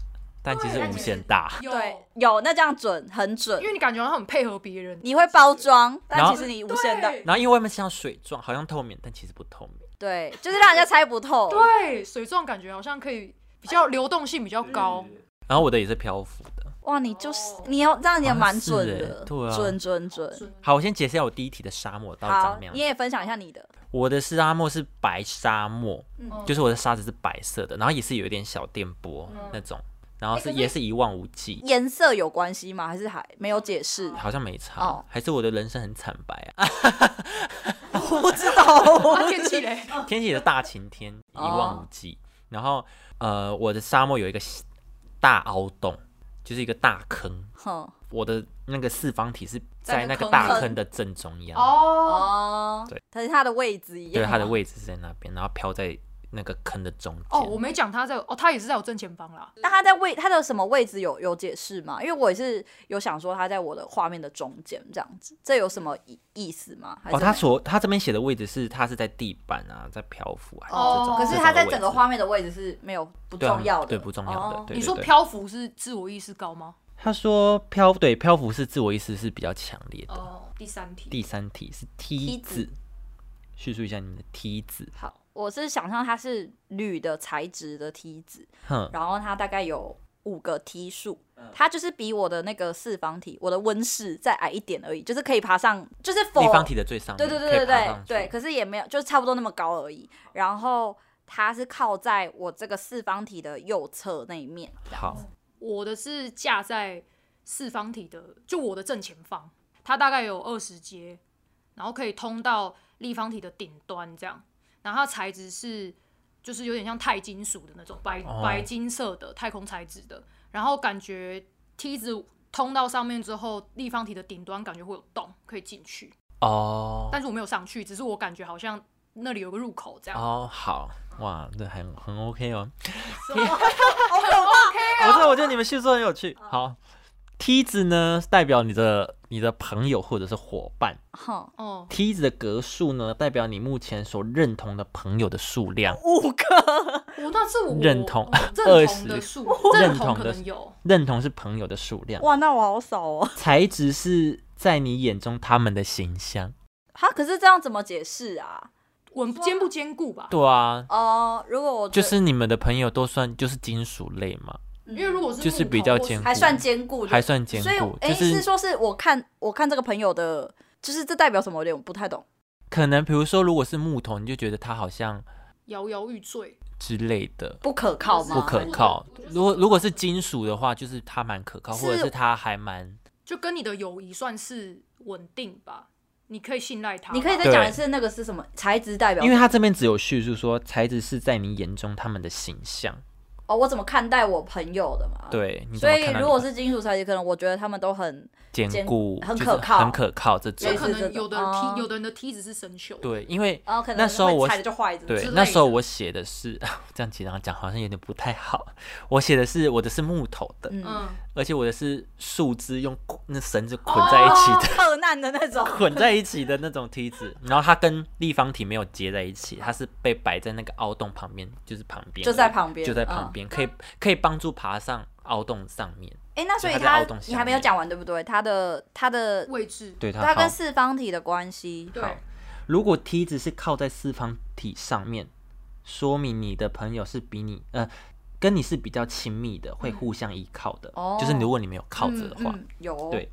Speaker 2: 但其实无限大。
Speaker 3: 有
Speaker 1: 对，有那这样准，很准
Speaker 3: 因。为你感觉好像很配合别人，
Speaker 1: 你会包装，
Speaker 2: 然
Speaker 1: 但
Speaker 2: 后
Speaker 1: 其实你无限大，
Speaker 3: 对
Speaker 2: 然后因为外面像水状，好像透明，但其实不透明。
Speaker 1: 对，就是让人家猜不透。
Speaker 3: 对水状感觉好像可以比较流动性比较高，
Speaker 2: 然后我的也是漂浮的。
Speaker 1: 哇，你就是你要这样也蛮准
Speaker 2: 好像是
Speaker 1: 的
Speaker 2: 欸，对啊
Speaker 1: 准准准。
Speaker 2: 好，我先解释一下我第一题的沙漠到底
Speaker 1: 好
Speaker 2: 长那，样
Speaker 1: 你。也分享一下你的，
Speaker 2: 我的沙漠是白沙漠，
Speaker 3: 嗯
Speaker 2: 就是我的沙子是白色的，然后也是有一点小电波那种，然后嗯是也是一望无际，
Speaker 1: 颜色有关系吗？还是还没有解释？
Speaker 2: 好像没差。
Speaker 1: 哦
Speaker 2: 还是我的人生很惨白啊！
Speaker 1: 我不知道，
Speaker 3: 啊天气嘞，
Speaker 2: 天气的大晴天，一
Speaker 1: 哦
Speaker 2: 望无际。然后呃，我的沙漠有一个大凹洞，就是一个大坑。
Speaker 1: 哼
Speaker 2: 我的那个四方体是在
Speaker 3: 在
Speaker 2: 那
Speaker 3: 那
Speaker 2: 个
Speaker 3: 坑
Speaker 2: 大
Speaker 1: 里
Speaker 2: 坑的正中央，
Speaker 3: 哦，
Speaker 1: 哦，
Speaker 2: 对，
Speaker 1: 它是它的位置一
Speaker 2: 对，
Speaker 1: 样，
Speaker 2: 它的位置是在那边，然后飘在那个坑的中间。
Speaker 3: 哦，我没讲他在，哦，他也是在我正前方啦。
Speaker 1: 那它在位它的什么位置有有解释吗？因为我也是有想说它在我的画面的中间这样子，这有什么意意思吗？还是
Speaker 2: 哦，他
Speaker 1: 没
Speaker 2: 所他这边写的位置是，他是在地板啊，在漂浮还是这
Speaker 3: 哦
Speaker 2: 种？
Speaker 1: 可是
Speaker 2: 这
Speaker 1: 它
Speaker 2: 种
Speaker 1: 在
Speaker 2: 位
Speaker 1: 整个
Speaker 2: 置
Speaker 1: 画面的位置是没有不
Speaker 2: 对啊
Speaker 1: 重要的，
Speaker 2: 对不重要的
Speaker 1: 哦
Speaker 2: 对
Speaker 3: 你说漂浮是自我意识高吗？
Speaker 2: 他说漂对漂浮是自我意识是比较强烈的。
Speaker 3: 哦，第三题，
Speaker 2: 第三题是梯
Speaker 1: 梯
Speaker 2: 子
Speaker 1: 子，
Speaker 2: 叙述一下你的梯子。
Speaker 1: 好，我是想象它是铝的材质的梯子，
Speaker 2: 哼，
Speaker 1: 然后它大概有五个梯数，它就是比我的那个四方体，我的温室再矮一点而已，就是可以爬上，就是否
Speaker 2: 立方体的最上
Speaker 1: 对对
Speaker 2: 面，可
Speaker 1: 对对
Speaker 2: 以爬
Speaker 1: 对
Speaker 2: 上去
Speaker 1: 对，可是也没有，就是差不多那么高而已。然后它是靠在我这个四方体的右侧那一面，
Speaker 2: 好，
Speaker 3: 我的是架在四方体的，就我的正前方，它大概有二十阶，然后可以通到立方体的顶端这样。然后它材质是就是有点像钛金属的那种白、
Speaker 2: 哦
Speaker 3: 白金色的太空材质的，然后感觉梯子通到上面之后，立方体的顶端感觉会有洞可以进去，
Speaker 2: 哦
Speaker 3: 但是我没有上去，只是我感觉好像那里有个入口这样。
Speaker 2: 哦好，哇，这很很 OK 哦。
Speaker 1: 好可怕！哦
Speaker 2: 我这我觉得你们叙述很有趣。好，梯子呢代表你的你的朋友或者是伙伴，
Speaker 1: 哼，
Speaker 3: 哦，
Speaker 2: 梯子的格数呢代表你目前所认同的朋友的数量。
Speaker 1: 五个，
Speaker 3: 我那是我
Speaker 2: 认同
Speaker 3: 嗯认同
Speaker 2: 20
Speaker 3: 的数，
Speaker 2: 认
Speaker 3: 认
Speaker 2: 同
Speaker 3: 同
Speaker 2: 的
Speaker 3: 可能有。
Speaker 2: 认同是朋友的数量，
Speaker 1: 哇，那我好少哦。
Speaker 2: 材质是在你眼中他们的形象。
Speaker 1: 哈，可是这样怎么解释啊？
Speaker 3: 稳坚不坚固吧？
Speaker 2: 对啊，
Speaker 1: 哦、如果我
Speaker 2: 就
Speaker 1: 觉
Speaker 2: 是你们的朋友都算就是金属类嘛，
Speaker 1: 嗯
Speaker 3: 因为如果是
Speaker 2: 就是
Speaker 3: 木头
Speaker 2: 比较
Speaker 3: 或是
Speaker 2: 坚固
Speaker 1: 还算坚固，
Speaker 2: 还算坚
Speaker 1: 所以
Speaker 2: 固，
Speaker 1: 哎、
Speaker 2: 就是
Speaker 1: 说是我看我看这个朋友的，就是这代表什么？我有点不太懂。
Speaker 2: 可能比如说如果是木头，你就觉得它好像
Speaker 3: 摇摇欲坠。
Speaker 2: 之类的。
Speaker 1: 不可靠吗？
Speaker 2: 不可靠。如果如果是金属的话，就是它蛮可靠，
Speaker 1: 是
Speaker 2: 或者是它还蛮
Speaker 3: 就跟你的友谊算是稳定吧，你可以信赖他吧。
Speaker 1: 你可以再讲一次那个是什么材质代表？
Speaker 2: 因为他这边只有叙述说材质是在你眼中他们的形象，
Speaker 1: 哦，我怎么看待我朋友的嘛？。
Speaker 2: 对，你怎
Speaker 1: 所
Speaker 2: 么
Speaker 1: 以
Speaker 2: 看到
Speaker 1: 如果
Speaker 2: 你
Speaker 1: 是金属材质，可能我觉得他们都很
Speaker 2: 坚
Speaker 1: 坚
Speaker 2: 固、
Speaker 1: 很
Speaker 2: 就是
Speaker 1: 可靠
Speaker 2: 很可靠这
Speaker 3: 就
Speaker 2: 种
Speaker 1: 类，
Speaker 3: 可
Speaker 1: 似这
Speaker 3: 能
Speaker 1: 种
Speaker 3: 有的人
Speaker 1: 哦
Speaker 3: 踢，有的人的踢子是生锈的，
Speaker 2: 对，因为
Speaker 1: 哦，可能
Speaker 2: 那时候我
Speaker 1: 会踩着就坏，
Speaker 2: 对
Speaker 3: 之类
Speaker 2: 那时候
Speaker 3: 的
Speaker 2: 我写的是 这样讲，然后讲好像有点不太好，我写的是我的是木头的，
Speaker 1: 嗯，
Speaker 3: 嗯，
Speaker 2: 而且我的是树枝用那绳子捆在一起的。
Speaker 1: 特难的那种。
Speaker 2: 捆在一起的那种梯子，然后它跟立方体没有接在一起，它是被摆在那个凹洞旁边，就是旁边而已，
Speaker 1: 就在旁边嗯
Speaker 2: 就在旁边，可以可以帮助爬上凹洞上面。
Speaker 1: 哎、那所以
Speaker 2: 就它在
Speaker 1: 它
Speaker 2: 凹啊洞下
Speaker 1: 你还没有
Speaker 2: 面
Speaker 1: 讲完对不对？它的它的
Speaker 3: 位置，
Speaker 2: 对它
Speaker 1: 它
Speaker 2: 好
Speaker 1: 跟，四方体的关系，
Speaker 3: 对
Speaker 2: 好如果梯子是靠在四方体上面，说明你的朋友是比你呃跟你是比较亲密的，会互相依靠的。
Speaker 1: 哦
Speaker 2: 就是如果你没有靠着的话，
Speaker 1: 嗯、有哦
Speaker 2: 对，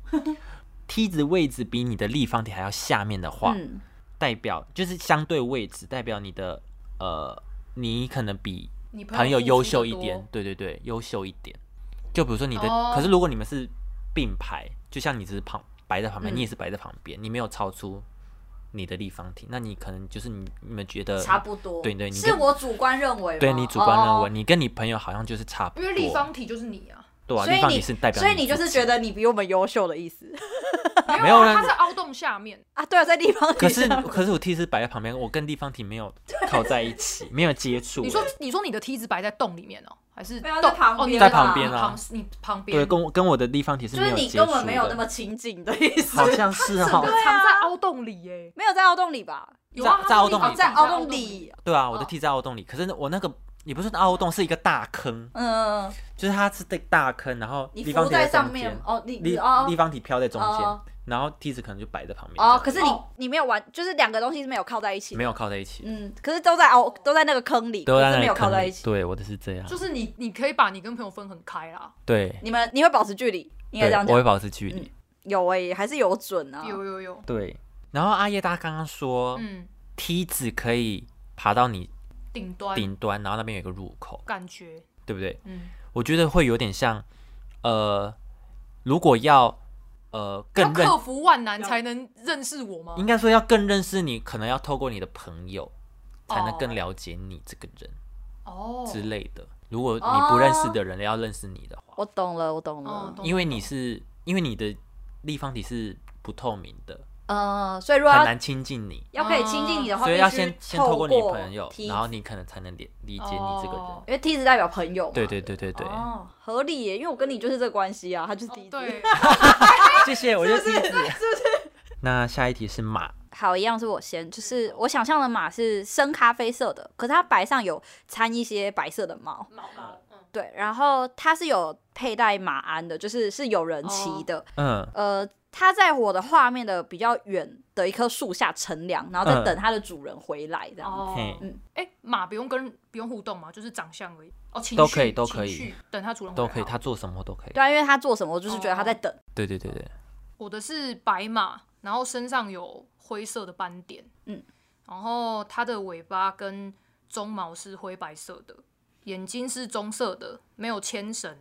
Speaker 2: 梯子位置比你的立方体还要下面的话，
Speaker 1: 嗯
Speaker 2: 代表就是相对位置，代表你的呃，你可能比
Speaker 3: 你
Speaker 2: 朋友
Speaker 3: 付出
Speaker 2: 优
Speaker 3: 得
Speaker 2: 秀一
Speaker 3: 多
Speaker 2: 点，，对对对，优秀一点。就比如说你的，
Speaker 3: 哦
Speaker 2: 可是如果你们是并排，就像你只是旁摆在旁边，
Speaker 1: 嗯
Speaker 2: 你也是摆在旁边，你没有超出你的立方体，那你可能就是你你们觉得
Speaker 1: 差不多，
Speaker 2: 呃对对你
Speaker 1: 是
Speaker 2: 跟
Speaker 1: 我主观认为吗，
Speaker 2: 对你主观认为，
Speaker 1: 哦
Speaker 2: 你跟你朋友好像就是差不
Speaker 3: 因
Speaker 2: 多，
Speaker 3: 为立方体就是你啊，
Speaker 2: 对啊，
Speaker 1: 所
Speaker 2: 立
Speaker 1: 以
Speaker 2: 方
Speaker 1: 你
Speaker 2: 体是代表，
Speaker 1: 所以你就是觉。得你比我们优秀的意思
Speaker 2: 没有
Speaker 3: 啊
Speaker 2: 人
Speaker 3: 它在凹洞下面，
Speaker 1: 啊？对啊，在立方体
Speaker 2: 可是
Speaker 1: 上
Speaker 2: 可是我 T 是摆在旁边，我跟立方体没有靠在 一起，没有接触。
Speaker 3: 你说你说你的梯子摆在洞里面哦，还是
Speaker 1: 没有
Speaker 3: 洞
Speaker 1: 在旁
Speaker 3: 哦你
Speaker 1: 边
Speaker 3: 的
Speaker 2: 在旁边啊
Speaker 3: 旁你旁边
Speaker 2: 对，跟我跟我的立方体是
Speaker 1: 就
Speaker 2: 没
Speaker 1: 是
Speaker 2: 有接
Speaker 1: 你
Speaker 2: 触的。
Speaker 1: 根本没有那么亲近的意思，
Speaker 2: 好像是哦
Speaker 3: 整
Speaker 2: 哈
Speaker 3: 个，
Speaker 1: 对啊
Speaker 3: 藏在凹洞里耶，
Speaker 1: 没有在凹洞里吧？
Speaker 3: 有啊，
Speaker 2: 在
Speaker 3: 它是
Speaker 2: 凹洞
Speaker 3: 立
Speaker 1: 哦，
Speaker 2: 里
Speaker 3: 体
Speaker 1: 在
Speaker 3: 在
Speaker 1: 凹
Speaker 3: 洞
Speaker 1: 洞，里，
Speaker 2: 对啊，我的
Speaker 3: 哦
Speaker 2: 踢在凹洞里，可是我那个也不是凹洞，是一个大坑，
Speaker 1: 嗯，嗯嗯
Speaker 2: 就是它是个大坑，然后
Speaker 1: 你
Speaker 2: 立
Speaker 1: 浮
Speaker 2: 方体
Speaker 1: 在
Speaker 2: 中
Speaker 1: 上面
Speaker 2: 间，
Speaker 1: 哦，你
Speaker 2: 立
Speaker 1: 你哦
Speaker 2: 立方体飘在中间
Speaker 1: 哦，
Speaker 2: 然后梯子可能就摆在旁边这样，
Speaker 1: 哦，可是你
Speaker 3: 哦
Speaker 1: 你没有玩，就是两个东西是没有靠在一起的
Speaker 2: 没，有靠在一起，
Speaker 1: 嗯，可是都在凹，都在那个坑里，
Speaker 2: 都
Speaker 1: 可
Speaker 2: 在
Speaker 1: 是
Speaker 2: 那
Speaker 1: 没
Speaker 2: 里
Speaker 1: 有靠
Speaker 2: 坑
Speaker 1: 在
Speaker 2: 里
Speaker 1: 一起。
Speaker 2: 对，我的是这样，
Speaker 3: 就是你你可以把你跟朋友分很开啦，
Speaker 2: 对，
Speaker 1: 你们你会保持距离，应该
Speaker 2: 对
Speaker 1: 这样
Speaker 2: 我会
Speaker 1: 讲。
Speaker 2: 保持距离，
Speaker 1: 有哎、还是有准啊。
Speaker 3: 有有有，
Speaker 2: 对。然后阿叶大刚刚说，
Speaker 3: 嗯，
Speaker 2: 梯子可以爬到你
Speaker 3: 顶端
Speaker 2: 顶端，然后那边有一个入口，
Speaker 3: 感觉，
Speaker 2: 对不对？
Speaker 3: 嗯，
Speaker 2: 我觉得会有点像，呃，如果要呃
Speaker 3: 要
Speaker 2: 更认
Speaker 3: 克服万难才能认识我吗？
Speaker 2: 应该说要更认识你，可能要透过你的朋友才能更了解你这个人
Speaker 3: 哦，
Speaker 2: 之类的。如果你不认识的人要认识你的话，
Speaker 1: 我懂了，我懂
Speaker 3: 哦
Speaker 1: 了。
Speaker 3: 懂
Speaker 2: 因为你是因为你的立方体是不透明的，
Speaker 1: 呃，所以如果
Speaker 2: 很
Speaker 1: 要
Speaker 2: 难亲近你，
Speaker 1: 要可以亲近你的话，
Speaker 2: 所以
Speaker 1: 必
Speaker 2: 要
Speaker 1: 须
Speaker 2: 先先
Speaker 1: 透
Speaker 2: 透过你朋友，
Speaker 1: 梯
Speaker 2: 然后你可能才能理理解你这个人
Speaker 3: 哦。
Speaker 1: 因为梯子代表朋友嘛。
Speaker 2: 对对对对对，
Speaker 1: 哦，合理耶，因为我跟你就是这个关系啊，他就是梯子。
Speaker 3: 哦对，
Speaker 2: 谢谢，我就第一次。 那下一题是马，
Speaker 1: 好，一样是我先，就是我想象的马是深咖啡色的，可是它白上有掺一些白色的毛。
Speaker 3: 毛毛，嗯，
Speaker 1: 对，然后它是有佩戴马鞍的，就是是有人骑
Speaker 3: 哦
Speaker 1: 的。
Speaker 2: 嗯，
Speaker 1: 呃，它在我的画面的比较远的一棵树下乘凉，然后再等它的主人回来，这样。
Speaker 3: 哦
Speaker 2: 嘿，
Speaker 3: 哎、马不用跟不用互动嘛，就是长相而已。哦，情绪
Speaker 2: 都可以都可以，
Speaker 3: 情绪等他主人回
Speaker 2: 都
Speaker 3: 来
Speaker 2: 可以，
Speaker 3: 好
Speaker 2: 他做什么都可以。
Speaker 1: 对啊，因为它做什么，我就是觉得它在等。
Speaker 2: 对对对对，
Speaker 3: 我的是白马，然后身上有灰色的斑点，
Speaker 1: 嗯，
Speaker 3: 然后它的尾巴跟鬃毛是灰白色的，眼睛是棕色的，没有牵绳，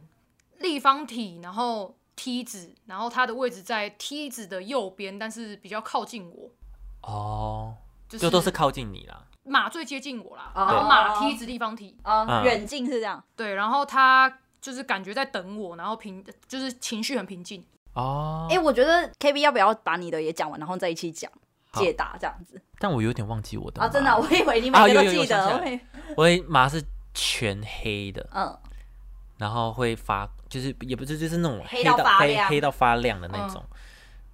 Speaker 3: 立方体，然后梯子，然后它的位置在梯子的右边，但是比较靠近我，
Speaker 2: 哦，
Speaker 3: 就是
Speaker 2: 就都是靠近你啦。
Speaker 3: 马最接近我啦，
Speaker 1: 哦
Speaker 3: 然后马梯子立方体，
Speaker 1: 啊，
Speaker 2: 嗯
Speaker 1: 远近是这样。
Speaker 3: 对，然后他就是感觉在等我，然后平就是情绪很平静。
Speaker 2: 哦，
Speaker 1: 哎、我觉得 K B 要不要把你的也讲完，然后再一起讲
Speaker 2: 好
Speaker 1: 解答这样子
Speaker 2: 但我有点忘记我的
Speaker 1: 啊？真的
Speaker 2: 马
Speaker 1: 啊、我以为你
Speaker 2: 啊
Speaker 1: 每个都
Speaker 2: 有有有
Speaker 1: 记得。
Speaker 2: 想起来
Speaker 1: 我以
Speaker 2: 我的马是全黑的，
Speaker 1: 嗯，
Speaker 2: 然后会发，就是也不是就是那种
Speaker 1: 黑
Speaker 2: 到
Speaker 1: 到发
Speaker 2: 黑
Speaker 1: 亮嗯
Speaker 2: 黑到发亮的那种。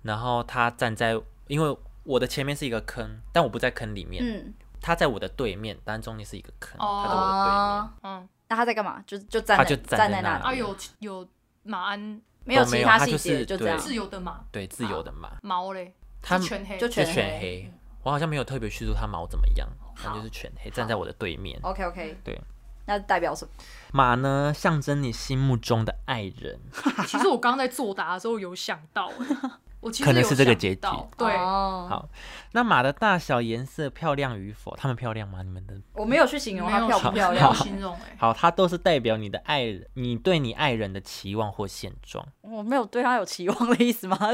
Speaker 2: 然后它站在，因为我的前面是一个坑，但我不在坑里面，
Speaker 1: 嗯，
Speaker 2: 它在我的对面，但中间是一个坑，
Speaker 3: 哦
Speaker 2: 它在我的对面。
Speaker 3: 嗯，
Speaker 1: 那他在干嘛？就就站
Speaker 2: 他
Speaker 1: 在
Speaker 2: 就站
Speaker 1: 站
Speaker 2: 在
Speaker 1: 在
Speaker 2: 那
Speaker 1: 里
Speaker 2: 里哦
Speaker 3: 啊有有马鞍
Speaker 1: 没有
Speaker 2: 都没
Speaker 1: 其
Speaker 2: 有
Speaker 1: 他
Speaker 2: 他
Speaker 1: 细
Speaker 2: 就是
Speaker 1: 节，就这样
Speaker 2: 对。
Speaker 3: 自由的马
Speaker 2: 对，自由的马，
Speaker 3: 毛嘞，
Speaker 2: 它
Speaker 3: 是全黑，
Speaker 1: 就
Speaker 2: 就
Speaker 1: 啊全
Speaker 2: 全
Speaker 1: 黑
Speaker 2: 黑。我好像没有特别叙述它毛怎么样，它
Speaker 1: 好
Speaker 2: 就是全黑，站在我的对面。
Speaker 1: OK OK，
Speaker 2: 对，
Speaker 1: 那代表什么？
Speaker 2: 马呢，象征你心目中的爱人。
Speaker 3: 其实我刚刚在作答的时候有想到、欸，我其实
Speaker 2: 可能
Speaker 3: 有
Speaker 2: 是这个
Speaker 3: 想
Speaker 2: 结局
Speaker 3: 到对，
Speaker 1: 哦
Speaker 2: 好那马的大小、颜色、漂亮与否，它们漂亮吗？你们的
Speaker 1: 我没有去形容
Speaker 3: 没
Speaker 1: 它
Speaker 3: 有
Speaker 1: 漂
Speaker 3: 形
Speaker 1: 不漂
Speaker 3: 没
Speaker 1: 亮
Speaker 3: 有。 形容哎、
Speaker 2: 好，它都是代表你的爱人，你对你爱人的期望或现状。
Speaker 1: 我没有对他有期望的意思吗？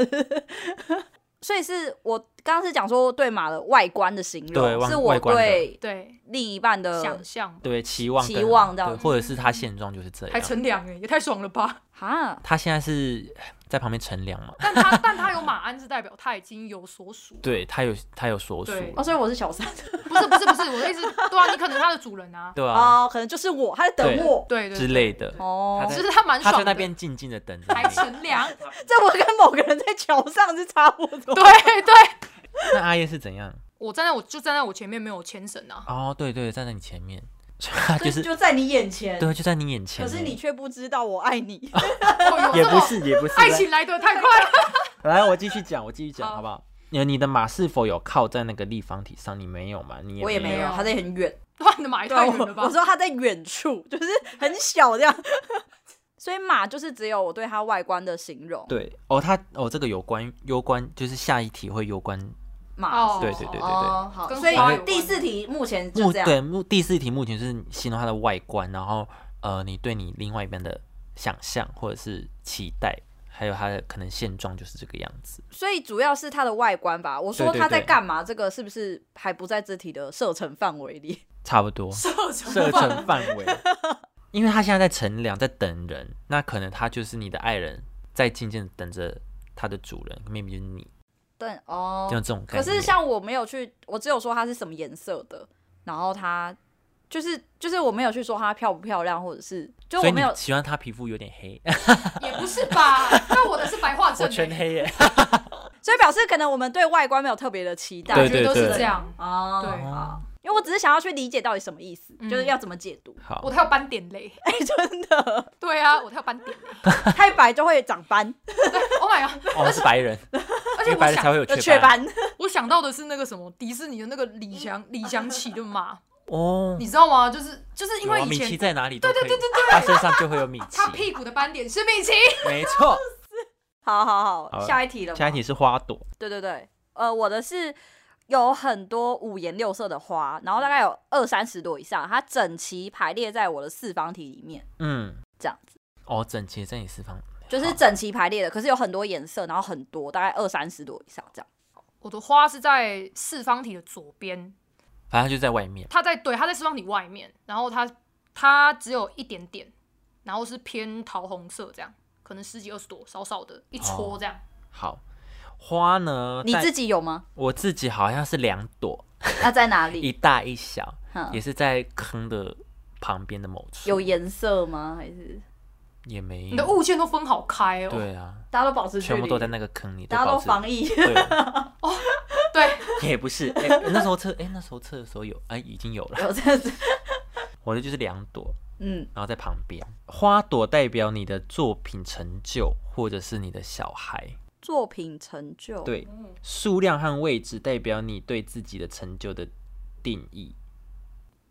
Speaker 1: 所以是我刚刚是讲说对马的外观的形
Speaker 2: 对
Speaker 1: 容，
Speaker 2: 外
Speaker 1: 是我
Speaker 2: 外观的
Speaker 1: 对
Speaker 3: 对，呃
Speaker 1: 另一半的
Speaker 3: 想象吧
Speaker 2: 对，期望
Speaker 1: 期
Speaker 2: 跟
Speaker 1: 望这样
Speaker 2: 对
Speaker 1: 子
Speaker 2: 或者是他现状就是这
Speaker 3: 还
Speaker 2: 样。
Speaker 3: 乘凉哎、也太爽了吧！
Speaker 1: 哈，
Speaker 2: 他现在是在旁边乘凉嘛？
Speaker 3: 但他但他有马鞍是代表他已经有所属，
Speaker 2: 对他有他有所属，
Speaker 3: 对
Speaker 1: 哦，所以我是小三
Speaker 3: 不是不是不是，我的意思，对啊，你可能他的主人啊，
Speaker 2: 对啊，
Speaker 1: 哦，可能就是我，他在等
Speaker 2: 对
Speaker 1: 我
Speaker 3: 对对
Speaker 2: 之类的
Speaker 3: 对
Speaker 1: 哦
Speaker 2: 他
Speaker 3: 对
Speaker 2: 在
Speaker 3: 就是他蛮
Speaker 2: 他
Speaker 3: 爽的，
Speaker 2: 在那边静静的等着
Speaker 3: 还
Speaker 2: 你。
Speaker 3: 乘凉，
Speaker 1: 这我跟某个人在桥上是差不多。
Speaker 3: 对对，
Speaker 2: 那阿叶是怎样？
Speaker 3: 我站在我就站在我前面没有牵绳啊，
Speaker 2: 哦，对对，站在你前面， 他
Speaker 1: 就
Speaker 2: 就是
Speaker 1: 就在你眼前，
Speaker 2: 对，就在你眼前
Speaker 1: 可
Speaker 2: 欸。
Speaker 1: 是你却不知道我爱你。
Speaker 2: 啊
Speaker 3: 哦
Speaker 2: 也
Speaker 3: 有这
Speaker 2: 不
Speaker 3: 么
Speaker 2: 是也不是
Speaker 3: 爱情来得太快了，
Speaker 2: 来，我继续讲，我继续讲，
Speaker 3: 好
Speaker 2: 好不好？呃，你的马是否有靠在那个立方体上？你没有嘛？你
Speaker 1: 我也没
Speaker 2: 有。
Speaker 1: 有，他在很远。
Speaker 3: 哇，你的马也
Speaker 1: 对啊，
Speaker 3: 太
Speaker 1: 我
Speaker 3: 远了吧
Speaker 1: 我？说他在远处，就是很小这 样。所以马就是只有我对它外观的形容，
Speaker 2: 对哦，他哦，这个有关攸关，就是下一题会攸关
Speaker 1: 马
Speaker 3: 哦，
Speaker 2: 对对对
Speaker 1: 哦，好，
Speaker 3: 跟
Speaker 1: 所以
Speaker 3: 花有关
Speaker 1: 第四题目前就
Speaker 2: 目
Speaker 1: 这样。
Speaker 2: 对目第四题目前就是形容它的外观，然后呃，你对你另外一边的想象或者是期待，还有它的可能现状就是这个样子。
Speaker 1: 所以主要是它的外观吧。我说
Speaker 2: 对对
Speaker 1: 它在
Speaker 2: 对
Speaker 1: 干嘛，这个是不是还不在这题的射程范围里？
Speaker 2: 差不多
Speaker 3: 射程
Speaker 2: 射程范围， 因为他现在在乘凉，在等人，那可能他就是你的爱人，在静静地等着他的主人，maybe 就是你，
Speaker 1: 对哦
Speaker 2: 就。这种概
Speaker 1: 可
Speaker 2: 念。
Speaker 1: 是像我没有去，我只有说它是什么颜色的，然后它就是就是我没有去说它漂不漂亮，或者是就
Speaker 2: 所
Speaker 1: 我
Speaker 2: 以你
Speaker 1: 没有
Speaker 2: 喜欢他皮肤有点黑，
Speaker 3: 也不是吧？那我的是白化症、
Speaker 2: 我
Speaker 3: 欸，
Speaker 2: 全黑耶。
Speaker 1: 所以表示可能我们对外观没有特别的期待。
Speaker 3: 感
Speaker 2: 对
Speaker 3: 觉都是这样。
Speaker 1: 哦，
Speaker 3: 对
Speaker 1: 好因为我只是想要去理解到底什么意思，
Speaker 3: 嗯
Speaker 1: 就是要怎么解读。
Speaker 2: 好
Speaker 3: 我，他有斑点嘞，
Speaker 1: 哎、真的
Speaker 3: 对啊，我他有斑点嘞。
Speaker 1: 太白就会长 斑，
Speaker 3: Oh my god！
Speaker 2: 哦，是白人，
Speaker 3: 而
Speaker 2: 因
Speaker 3: 且
Speaker 2: 为白
Speaker 3: 我
Speaker 2: 人才
Speaker 3: 想，
Speaker 2: 会有
Speaker 1: 就
Speaker 2: 雀
Speaker 1: 雀斑。
Speaker 3: 我想到的是那个什么迪士尼的那个李翔李翔起的马，
Speaker 2: 哦。
Speaker 3: 你知道吗？就是就是因
Speaker 2: 有啊
Speaker 3: 为以
Speaker 2: 米奇
Speaker 3: 前
Speaker 2: 在哪里都可以，
Speaker 3: 对对对
Speaker 2: 他身上就会有米奇。
Speaker 3: 他屁股的斑点是米奇，
Speaker 2: 没错，
Speaker 1: 好好好，
Speaker 2: 好啊
Speaker 1: 下一题了。
Speaker 2: 下一题，是花朵，
Speaker 1: 对对对，呃，我的是有很多五颜六色的花，然后大概有二三十朵以上，它整齐排列在我的四方体里面，
Speaker 2: 嗯，
Speaker 1: 这样
Speaker 2: 子。哦，整齐在你四方，
Speaker 1: 就是
Speaker 2: 好
Speaker 1: 整齐排列的，可是有很多颜色，然后很多，大概二三十朵以上这样。
Speaker 3: 我的花是在四方体的左边，
Speaker 2: 反正就在外面。
Speaker 3: 它在对它在四方体外面，然后它它只有一点点，然后是偏桃红色这样，可能十几二十朵，少少的一
Speaker 2: 哦
Speaker 3: 撮这样。
Speaker 2: 好，花呢？
Speaker 1: 你
Speaker 2: 在
Speaker 1: 自己有吗？
Speaker 2: 我自己好像是两朵，
Speaker 1: 那在哪
Speaker 2: 一
Speaker 1: 里？
Speaker 2: 大一小，
Speaker 1: 嗯
Speaker 2: 也是在坑的旁边的某处。
Speaker 1: 有颜色吗？还是
Speaker 2: 也没
Speaker 3: 你的
Speaker 2: 有？
Speaker 3: 物件都分好开哦。
Speaker 2: 对啊，
Speaker 1: 大家都保持距
Speaker 2: 全
Speaker 1: 离？
Speaker 2: 部都在那个坑里，
Speaker 1: 大家都
Speaker 2: 保持
Speaker 1: 防疫。
Speaker 2: 对，
Speaker 3: 对，
Speaker 2: 也不是。哎，那时候测，哎，那时候测的时候有，哎，已经有了。
Speaker 1: 有这样子，
Speaker 2: 我的就是两朵，
Speaker 1: 嗯，
Speaker 2: 然后在旁边，花朵代表你的作品成就，或者是你的小孩。
Speaker 1: 作品成就，，
Speaker 2: 对，数量和位置代表你对自己的成就的定义。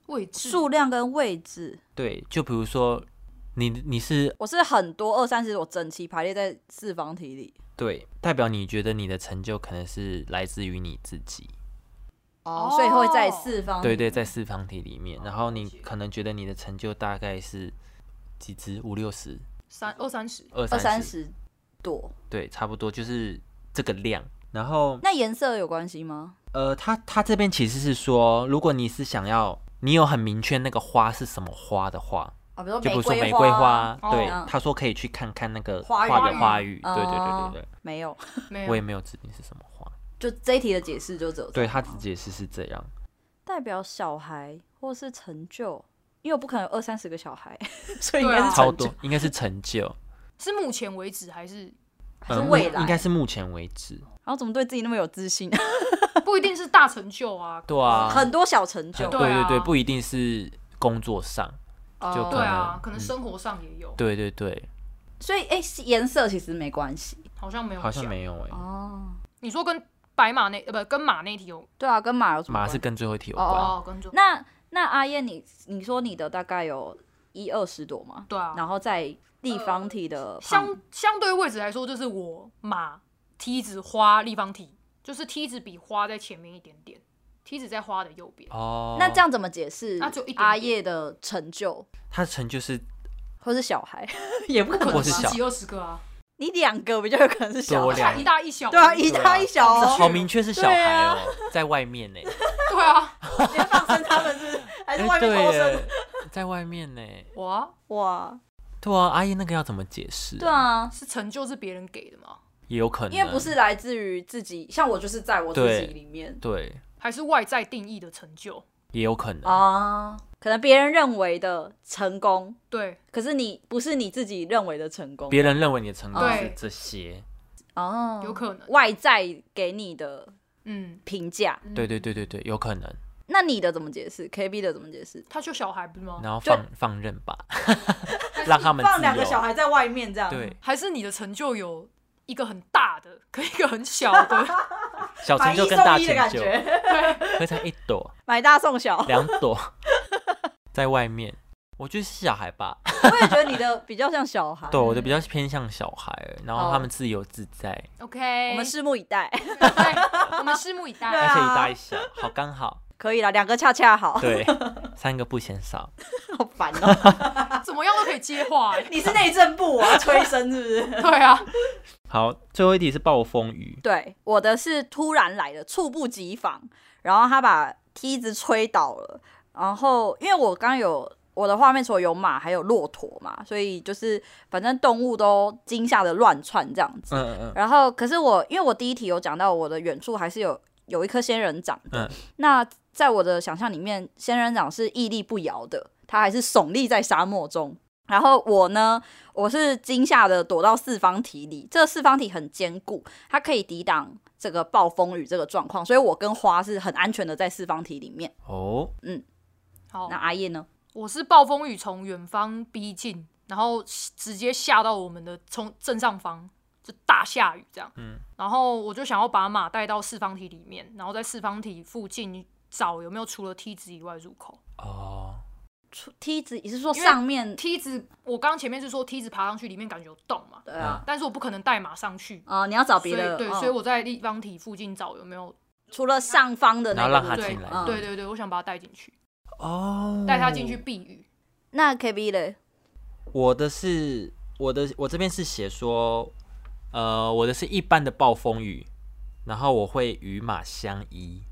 Speaker 3: 位置
Speaker 1: 数量跟位置，
Speaker 2: 对，就比如说你你是
Speaker 1: 我是很多二三十朵整齐排列在四方体里。
Speaker 2: 对，代表你觉得你的成就可能是来自于你自己。
Speaker 1: 哦
Speaker 3: 哦，
Speaker 1: 所以会在四方体
Speaker 2: 对对，在四方体里面，然后你
Speaker 3: 解
Speaker 2: 可能觉得你的成就大概是几只五六十
Speaker 3: 三二三十，
Speaker 2: 二
Speaker 1: 二三
Speaker 2: 三十，
Speaker 1: 十朵，
Speaker 2: 对，差不多就是这个量。然后
Speaker 1: 那颜色有关系吗？
Speaker 2: 呃，他他这边其实是说，如果你是想要你有很明确那个花是什么花的话，
Speaker 1: 啊，比如
Speaker 2: 就比
Speaker 1: 说
Speaker 2: 如说玫
Speaker 1: 瑰
Speaker 2: 瑰花，
Speaker 3: 哦
Speaker 2: 对
Speaker 1: 嗯，
Speaker 2: 他说可以去看看那个
Speaker 1: 花
Speaker 2: 花
Speaker 3: 语
Speaker 2: 的花语，对对
Speaker 1: 哦
Speaker 2: 对对对，
Speaker 1: 没有，
Speaker 3: 没
Speaker 2: 我也
Speaker 3: 有
Speaker 2: 没有指定是什么花，
Speaker 1: 就这一题的解释就只有
Speaker 2: 对
Speaker 1: 这样
Speaker 2: 他解释是这样，
Speaker 1: 代表小孩或是成就，因为我不可能有二三十个小孩， 所以应
Speaker 3: 对啊
Speaker 1: 该是
Speaker 2: 超
Speaker 1: 成就
Speaker 2: 多应该是 成就，
Speaker 3: 是目前为止还是
Speaker 1: 还是
Speaker 2: 呃，目
Speaker 1: 未来，
Speaker 2: 应该啊
Speaker 1: 然
Speaker 2: 是目前为止，
Speaker 1: 后怎么对自己那么有自信？
Speaker 3: 不一定是大成就啊。
Speaker 2: 对啊，
Speaker 1: 很多小成就
Speaker 2: 很，对
Speaker 3: 对啊
Speaker 2: 对对，不一定是工作上，就
Speaker 1: 哦
Speaker 2: 可
Speaker 3: 对啊，
Speaker 2: 能
Speaker 3: 可能生活上也有，
Speaker 2: 嗯对对对，
Speaker 1: 所以哎，颜色其实没关系
Speaker 3: 好像没有。
Speaker 2: 好像。没有哎，
Speaker 1: 哦。
Speaker 3: 你说跟白马那呃不跟马那题有
Speaker 1: 对啊，跟马有什么
Speaker 2: 马
Speaker 1: 关
Speaker 2: 是
Speaker 1: 系？
Speaker 2: 跟最后一题有
Speaker 1: 哦
Speaker 2: 关，
Speaker 3: 哦，跟就
Speaker 1: 那那阿燕，你你说你的大概有一二十朵吗？
Speaker 3: 对啊。
Speaker 1: 呃然后在立方体的旁
Speaker 3: 相相对位置来说，就是我马梯子花立方体，就是梯子比花在前面一点点，梯子在花的右边。
Speaker 2: 哦，
Speaker 1: 那这样怎么解释
Speaker 3: 那就一点点
Speaker 1: 阿叶的成就，
Speaker 2: 他的成就是
Speaker 1: 或是小孩 也不可能
Speaker 2: 或是
Speaker 1: 吧？
Speaker 2: 小
Speaker 3: 十几二十个啊，
Speaker 1: 你两个比较有可能是小
Speaker 2: 我
Speaker 1: 孩，
Speaker 2: 两
Speaker 3: 一大一小，
Speaker 1: 对啊，一大一小
Speaker 2: 这
Speaker 1: 哦，
Speaker 2: 好明确是小
Speaker 1: 对
Speaker 2: 孩
Speaker 1: 啊
Speaker 2: 哦， 在外面呢，
Speaker 3: 对啊，
Speaker 1: 你要放生他们是不 是还是
Speaker 2: 哎
Speaker 1: 外面
Speaker 2: 对
Speaker 1: 偷生？
Speaker 2: 耶， 在外面呢，
Speaker 3: 我啊
Speaker 1: 哇，
Speaker 2: 对啊，阿姨那个要怎么解释？
Speaker 1: 对，啊，
Speaker 3: 是成就是别人给的吗？
Speaker 2: 也有可能，
Speaker 1: 因为不是来自于自己，像我就是在我自己
Speaker 2: 对
Speaker 1: 里面
Speaker 2: 对，
Speaker 3: 还是外在定义的成就？
Speaker 2: 也有可能，
Speaker 1: 啊，可能别人认为的成功，
Speaker 3: 对，
Speaker 1: 可是你不是你自己认为的成功
Speaker 2: 别人认为你的成功
Speaker 3: 对
Speaker 2: 是这些，
Speaker 1: 哦，
Speaker 3: 有可能，
Speaker 1: 外在给你的
Speaker 3: 嗯，
Speaker 1: 评价，
Speaker 2: 对对对对对，有可能，
Speaker 1: 那你的怎么解释？KB 的怎么解释？
Speaker 3: 他就小孩不是吗？
Speaker 2: 然后
Speaker 1: 哦就
Speaker 2: 放放任吧，让他们
Speaker 1: 放
Speaker 2: 自
Speaker 1: 两个
Speaker 2: 由
Speaker 1: 小孩在外面这样，
Speaker 2: 对，
Speaker 3: 还是你的成就有一个很大的，跟一个很小 的，
Speaker 2: 小
Speaker 1: 买
Speaker 2: 成
Speaker 1: 一
Speaker 2: 就
Speaker 1: 送
Speaker 2: 跟大
Speaker 1: 一的感
Speaker 2: 成就，
Speaker 1: 觉，
Speaker 2: 合成一朵
Speaker 1: 买大送小。
Speaker 2: 两 朵，在外面，我觉得是小孩吧，
Speaker 1: 我也觉得你的比较像小孩，
Speaker 2: 对，我的比较偏向小孩，然后
Speaker 1: 哦
Speaker 2: 他们自由自在，
Speaker 3: OK，
Speaker 1: 我们拭目以待。
Speaker 3: 对我们拭目以
Speaker 1: 对
Speaker 2: 而
Speaker 3: 待
Speaker 1: 啊。
Speaker 2: 且一大一小，好刚好，
Speaker 1: 可以啦，两个恰恰
Speaker 3: 哦
Speaker 1: 好，
Speaker 2: 对，三个不嫌少。
Speaker 1: 好烦哦。
Speaker 3: 啊怎么样都可以接话、欸。
Speaker 1: 你是内政部，我要催生是不是？
Speaker 3: 对啊，
Speaker 2: 好，最后一题是暴风雨，
Speaker 1: 对，我的是突然来的，猝不及防，然后他把梯子吹倒了，然后因为我刚有我的画面除了有马还有骆驼嘛，所以就是反正动物都惊吓的乱窜这样子。
Speaker 2: 嗯嗯
Speaker 1: 然后可是我因为我第一题有讲到我的远处还是有有一棵仙人掌的，
Speaker 2: 嗯
Speaker 1: 那在我的想象里面，仙人掌是屹立不摇的，它还是耸立在沙漠中。然后我呢，我是惊吓的躲到四方体里，这四方体很坚固，它可以抵挡这个暴风雨这个状况，所以我跟花是很安全的在四方体里面。
Speaker 2: 嗯，哦，
Speaker 3: 好
Speaker 1: 那，阿叶呢？
Speaker 3: 我是暴风雨从远方逼近，然后直接下到我们的从正上方，就大下雨这样。
Speaker 2: 嗯，
Speaker 3: 然后我就想要把马带到四方体里面，然后在四方体附近找有没有除了梯子以外的入口。
Speaker 2: 哦，
Speaker 1: 出梯子，你是说
Speaker 3: 因为
Speaker 1: 上面？
Speaker 3: 梯子，我刚前面是说梯子爬上去里面感觉有洞嘛，
Speaker 1: 对啊，
Speaker 3: 但是我不可能带马上去，
Speaker 1: 啊、你要找
Speaker 3: 所
Speaker 1: 别
Speaker 3: 以
Speaker 1: 的，
Speaker 3: 对，
Speaker 1: 嗯
Speaker 3: 所以我在立方体附近找有没有。
Speaker 1: 除了上方的那
Speaker 2: 然后
Speaker 1: 个路口，
Speaker 2: 让它
Speaker 3: 对
Speaker 2: 进来
Speaker 1: 嗯
Speaker 3: 对对对，我想把它带进去，
Speaker 2: 哦，
Speaker 3: 带它进去。避雨。
Speaker 1: 那 KB 嘞？
Speaker 2: 我的是我的，我这边是写说，呃，我的是一般的暴风雨，然后我会与马相依，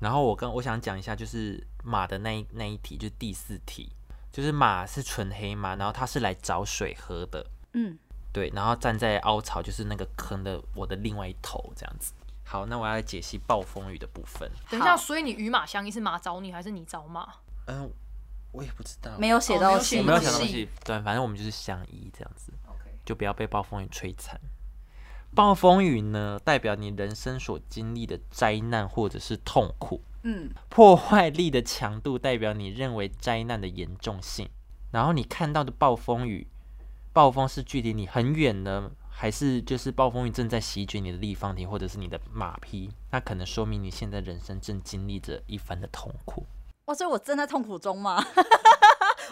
Speaker 2: 然后我跟我想讲一下，就是马的那一那一题，就是第四题，就是马是纯黑马，然后它是来找水喝的，
Speaker 1: 嗯，
Speaker 2: 对，然后站在凹槽，就是那个坑的我的另外一头这样子。好，那我要来解析暴风雨的部分。
Speaker 3: 等一下，
Speaker 1: 好
Speaker 3: 所以你与马相依是马找你，还是你找马？
Speaker 2: 嗯，我也不知道，
Speaker 1: 没有写
Speaker 3: 哦没
Speaker 1: 到
Speaker 3: 有
Speaker 1: 戏
Speaker 3: 写
Speaker 2: 我
Speaker 1: 里
Speaker 2: 没
Speaker 1: 面，
Speaker 2: 有想到东
Speaker 3: 戏
Speaker 2: 西，对，反正我们就是相依这样子。
Speaker 3: OK，
Speaker 2: 就不要被暴风雨摧残。暴风雨呢，代表你人生所经历的灾难或者是痛苦。
Speaker 1: 嗯，
Speaker 2: 破坏力的强度代表你认为灾难的严重性。然后你看到的暴风雨，暴风是距离你很远呢，还是就是暴风雨正在席卷你的立方体或者是你的马匹？那可能说明你现在人生正经历着一番的痛苦。
Speaker 1: 哇，所以我正在痛苦中嘛，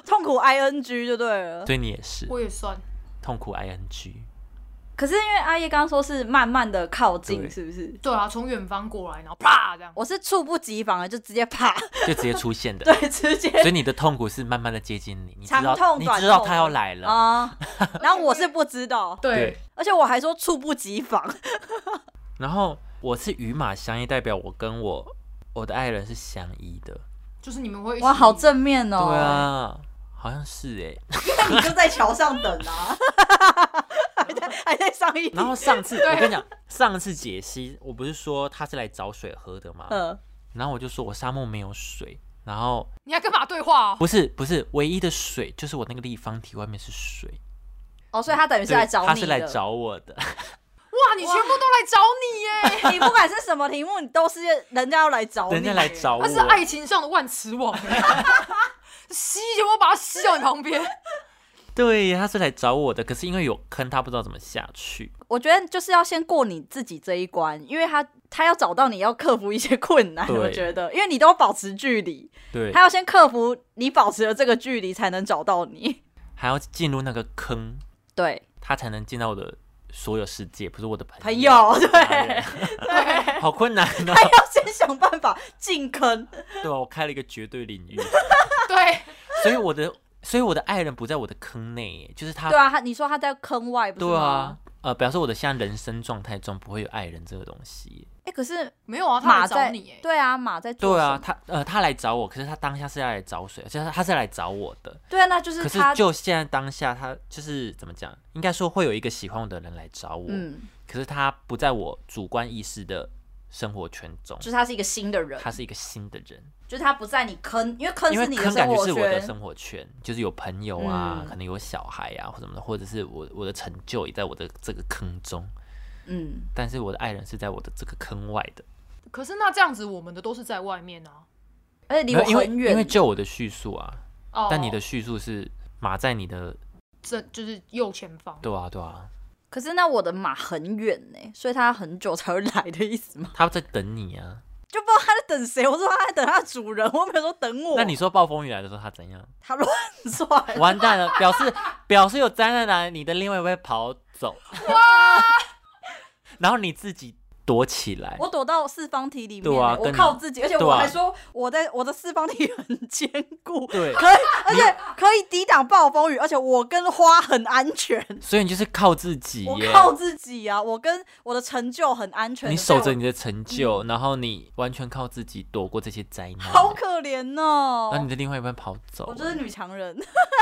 Speaker 1: 痛苦 ing 就对了。
Speaker 2: 对你也是
Speaker 3: 我也算。
Speaker 2: 痛苦 ing。
Speaker 1: 可是因为阿叶刚刚说是慢慢的靠近，
Speaker 2: 对
Speaker 1: 是不是？
Speaker 3: 对啊，从远方过来，然后啪这样。
Speaker 1: 我是猝不及防的，就直接啪，
Speaker 2: 就直接出现 的。
Speaker 1: 对，直接
Speaker 2: 所以你的痛苦是慢慢的接近你，你知
Speaker 1: 长
Speaker 2: 道
Speaker 1: 痛
Speaker 2: 你
Speaker 1: 短
Speaker 2: 知道
Speaker 1: 痛
Speaker 2: 他要来了，
Speaker 1: 啊。 然后我是不知道，
Speaker 2: 对，
Speaker 1: 而且我还说猝不及防，
Speaker 2: 然后我是与马相依，代表我跟我我的爱人是相依的。
Speaker 3: 就是你们会一起
Speaker 1: 哇，好正面哦。
Speaker 2: 对，啊，好像是哎、
Speaker 1: 那你就在桥上等啊，还在还在上一
Speaker 2: 然
Speaker 1: 题，
Speaker 2: 后 上次我跟你讲，上次解析我不是说他是来找水喝的吗？
Speaker 1: 嗯，
Speaker 2: 然后我就说我沙漠没有水，然后
Speaker 3: 你还跟马对话哦。
Speaker 2: 不是不是唯一的水就是我那个立方体外面是水，
Speaker 1: 哦，所以他等于是
Speaker 2: 对
Speaker 1: 来找你
Speaker 2: 他是来
Speaker 1: 的
Speaker 2: 找我的，
Speaker 3: 哇，你全部都来找你 耶！
Speaker 1: 你，不管是什么题目，你都是人家要来找你，
Speaker 2: 人家来找我，
Speaker 3: 他是爱情上的万磁王耶，吸有没有把它吸到你旁边？
Speaker 2: 对，他是来找我的，可是因为有坑，他不知道怎么下去。
Speaker 1: 我觉得就是要先过你自己这一关，因为他他要找到你要克服一些困难，
Speaker 2: 对
Speaker 1: 我觉得，因为你都保持距离，
Speaker 2: 对，
Speaker 1: 他要先克服你保持的这个距离，才能找到你。
Speaker 2: 还要进入那个坑，
Speaker 1: 对，
Speaker 2: 他才能进到我的所有世界，不是我的朋
Speaker 1: 朋
Speaker 2: 友，
Speaker 1: 友，对
Speaker 2: 家人
Speaker 1: 对，
Speaker 2: 好困难呢、
Speaker 1: 还要先想办法进坑。
Speaker 2: 对啊，我开了一个绝对领域，
Speaker 3: 对，
Speaker 2: 所以我的，所以我的爱人不在我的坑内耶，就是他
Speaker 1: 对啊，他你说他在坑外，不是
Speaker 2: 对啊
Speaker 1: 吗？，
Speaker 2: 呃，表示我的现在人生状态中不会有爱人这个东西。
Speaker 1: 哎、可是
Speaker 3: 没有啊，他
Speaker 1: 马
Speaker 3: 来找
Speaker 1: 在
Speaker 3: 你哎、
Speaker 1: 对啊，马在做
Speaker 2: 对
Speaker 1: 什
Speaker 2: 啊，
Speaker 1: 么，
Speaker 2: 他呃，他来找我，可是他当下是要来找谁？就是他他是来找我的，
Speaker 1: 对啊，那就是
Speaker 2: 可是
Speaker 1: 他
Speaker 2: 就现在当下，他就是怎么讲？应该说会有一个喜欢我的人来找我，
Speaker 1: 嗯，
Speaker 2: 可是他不在我主观意识的生活圈中
Speaker 1: 就，是他是一个新的人，
Speaker 2: 他是一个新的人，
Speaker 1: 就是他不在你坑，因为坑
Speaker 2: 因
Speaker 1: 是
Speaker 2: 为
Speaker 1: 你
Speaker 2: 坑
Speaker 1: 生
Speaker 2: 感觉
Speaker 1: 活
Speaker 2: 是我的
Speaker 1: 圈，
Speaker 2: 生活圈，就是有朋友啊，
Speaker 1: 嗯
Speaker 2: 可能有小孩啊或什么的，或者是我我的成就也在我的这个坑中，
Speaker 1: 嗯，
Speaker 2: 但是我的爱人是在我的这个坑外的。
Speaker 3: 可是那这样子，我们的都是在外面啊。
Speaker 1: 而且离
Speaker 2: 没
Speaker 1: 我
Speaker 2: 有因为
Speaker 1: 很远，
Speaker 2: 因为就我的叙述啊，
Speaker 3: 哦，
Speaker 2: 但你的叙述是马在你的，
Speaker 3: 这就是右前方，
Speaker 2: 对啊对啊，
Speaker 1: 可是那我的马很远呢、所以他很久才会来的意思吗？
Speaker 2: 他在等你啊。
Speaker 1: 就不知道他在等谁。我说他在等他的主人，我没有说等我。
Speaker 2: 那你说暴风雨来的时候他怎样？
Speaker 1: 他乱算，
Speaker 2: 完蛋 了，表示表示有灾难来，你的另外一位跑走， 然后你自己躲起来，
Speaker 1: 我躲到四方体里面、
Speaker 2: 对啊
Speaker 1: 我
Speaker 2: 跟你
Speaker 1: 靠自己，而且
Speaker 2: 对
Speaker 1: 我
Speaker 2: 啊
Speaker 1: 还说我在我的四方体很坚固，
Speaker 2: 对
Speaker 1: 可以，而且可以抵挡暴风雨，而且我跟花很安全。
Speaker 2: 所以你就是靠自己
Speaker 1: 我
Speaker 2: 耶，
Speaker 1: 靠自己啊！我跟我的成就很安全。
Speaker 2: 你守
Speaker 1: 所
Speaker 2: 着
Speaker 1: 以
Speaker 2: 你的成就，然后你完全靠自己躲过这些灾难，
Speaker 1: 我，好可怜哦
Speaker 2: 然。后你的另外一半跑走
Speaker 1: 我，就是女强人，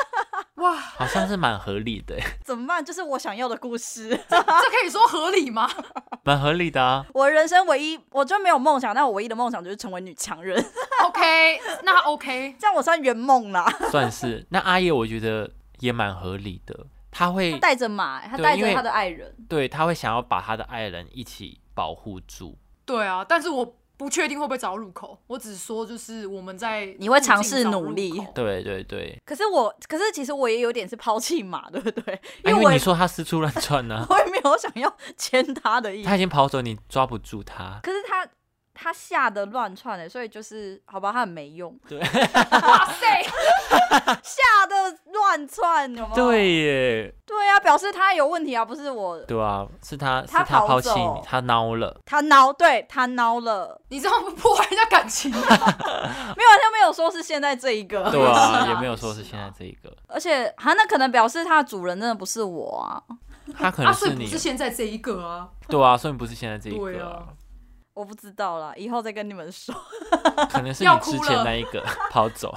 Speaker 3: 哇，
Speaker 2: 好像是蛮合理的，欸
Speaker 1: 怎么办？就是我想要的故事。
Speaker 3: 这可以说合理吗？
Speaker 2: 蛮合理的啊。
Speaker 1: 我人生唯一，我就没有梦想，但我唯一的梦想就是成为女强人，
Speaker 3: OK，那 OK，
Speaker 1: 这样我算圆梦啦。
Speaker 2: 算是。那阿叶，我觉得也蛮合理的，他
Speaker 1: 他
Speaker 2: 会
Speaker 1: 带着马，欸他
Speaker 2: 对
Speaker 1: 带
Speaker 2: 因
Speaker 1: 着
Speaker 2: 为
Speaker 1: 他的爱人，
Speaker 2: 对他会想要把他的爱人一起保护住。
Speaker 3: 对啊，但是我不确定会不会找到入口，我只是说就是我们在
Speaker 1: 你会尝试
Speaker 3: 附近找入
Speaker 1: 努力
Speaker 3: 口，
Speaker 2: 对对对，
Speaker 1: 可是我，可是其实我也有点是抛弃马，对不对？
Speaker 2: 啊因
Speaker 1: 为我也、
Speaker 2: 为你说他四处乱窜 呢、
Speaker 1: 我也没有想要牵他的意思。
Speaker 2: 他已经跑走，你抓不住他。
Speaker 1: 可是他他吓得乱窜欸的，所以就是好吧，他很没用，
Speaker 3: 哇塞，
Speaker 1: 吓得乱窜，有吗？
Speaker 2: 对耶，
Speaker 1: 对啊，表示他有问题啊，不是我，
Speaker 2: 对啊，是他是
Speaker 1: 他
Speaker 2: 他
Speaker 1: 跑
Speaker 2: 抛弃
Speaker 1: 走
Speaker 2: 你，他孬了。
Speaker 1: 他孬，对他孬了，
Speaker 3: 你这样会破坏人家感情啊，
Speaker 1: 没有，他没有说是现在这一个，
Speaker 2: 对
Speaker 3: 是啊
Speaker 2: 啊，也没有说是
Speaker 3: 是啊
Speaker 2: 现在这一个，
Speaker 1: 而且他那可能表示他的主人真的不是我啊，
Speaker 2: 他可
Speaker 3: 啊，
Speaker 2: 能
Speaker 3: 所以
Speaker 2: 是
Speaker 3: 不
Speaker 2: 你
Speaker 3: 是，现在这一个 啊，
Speaker 2: 对啊，所以不是现在这一
Speaker 3: 对
Speaker 2: 个
Speaker 3: 啊
Speaker 2: 啊，
Speaker 1: 我不知道啦，以后再跟你们 说。
Speaker 2: 可能是
Speaker 3: 要
Speaker 2: 你
Speaker 3: 哭
Speaker 2: 之前
Speaker 3: 了
Speaker 2: 那一 个跑走，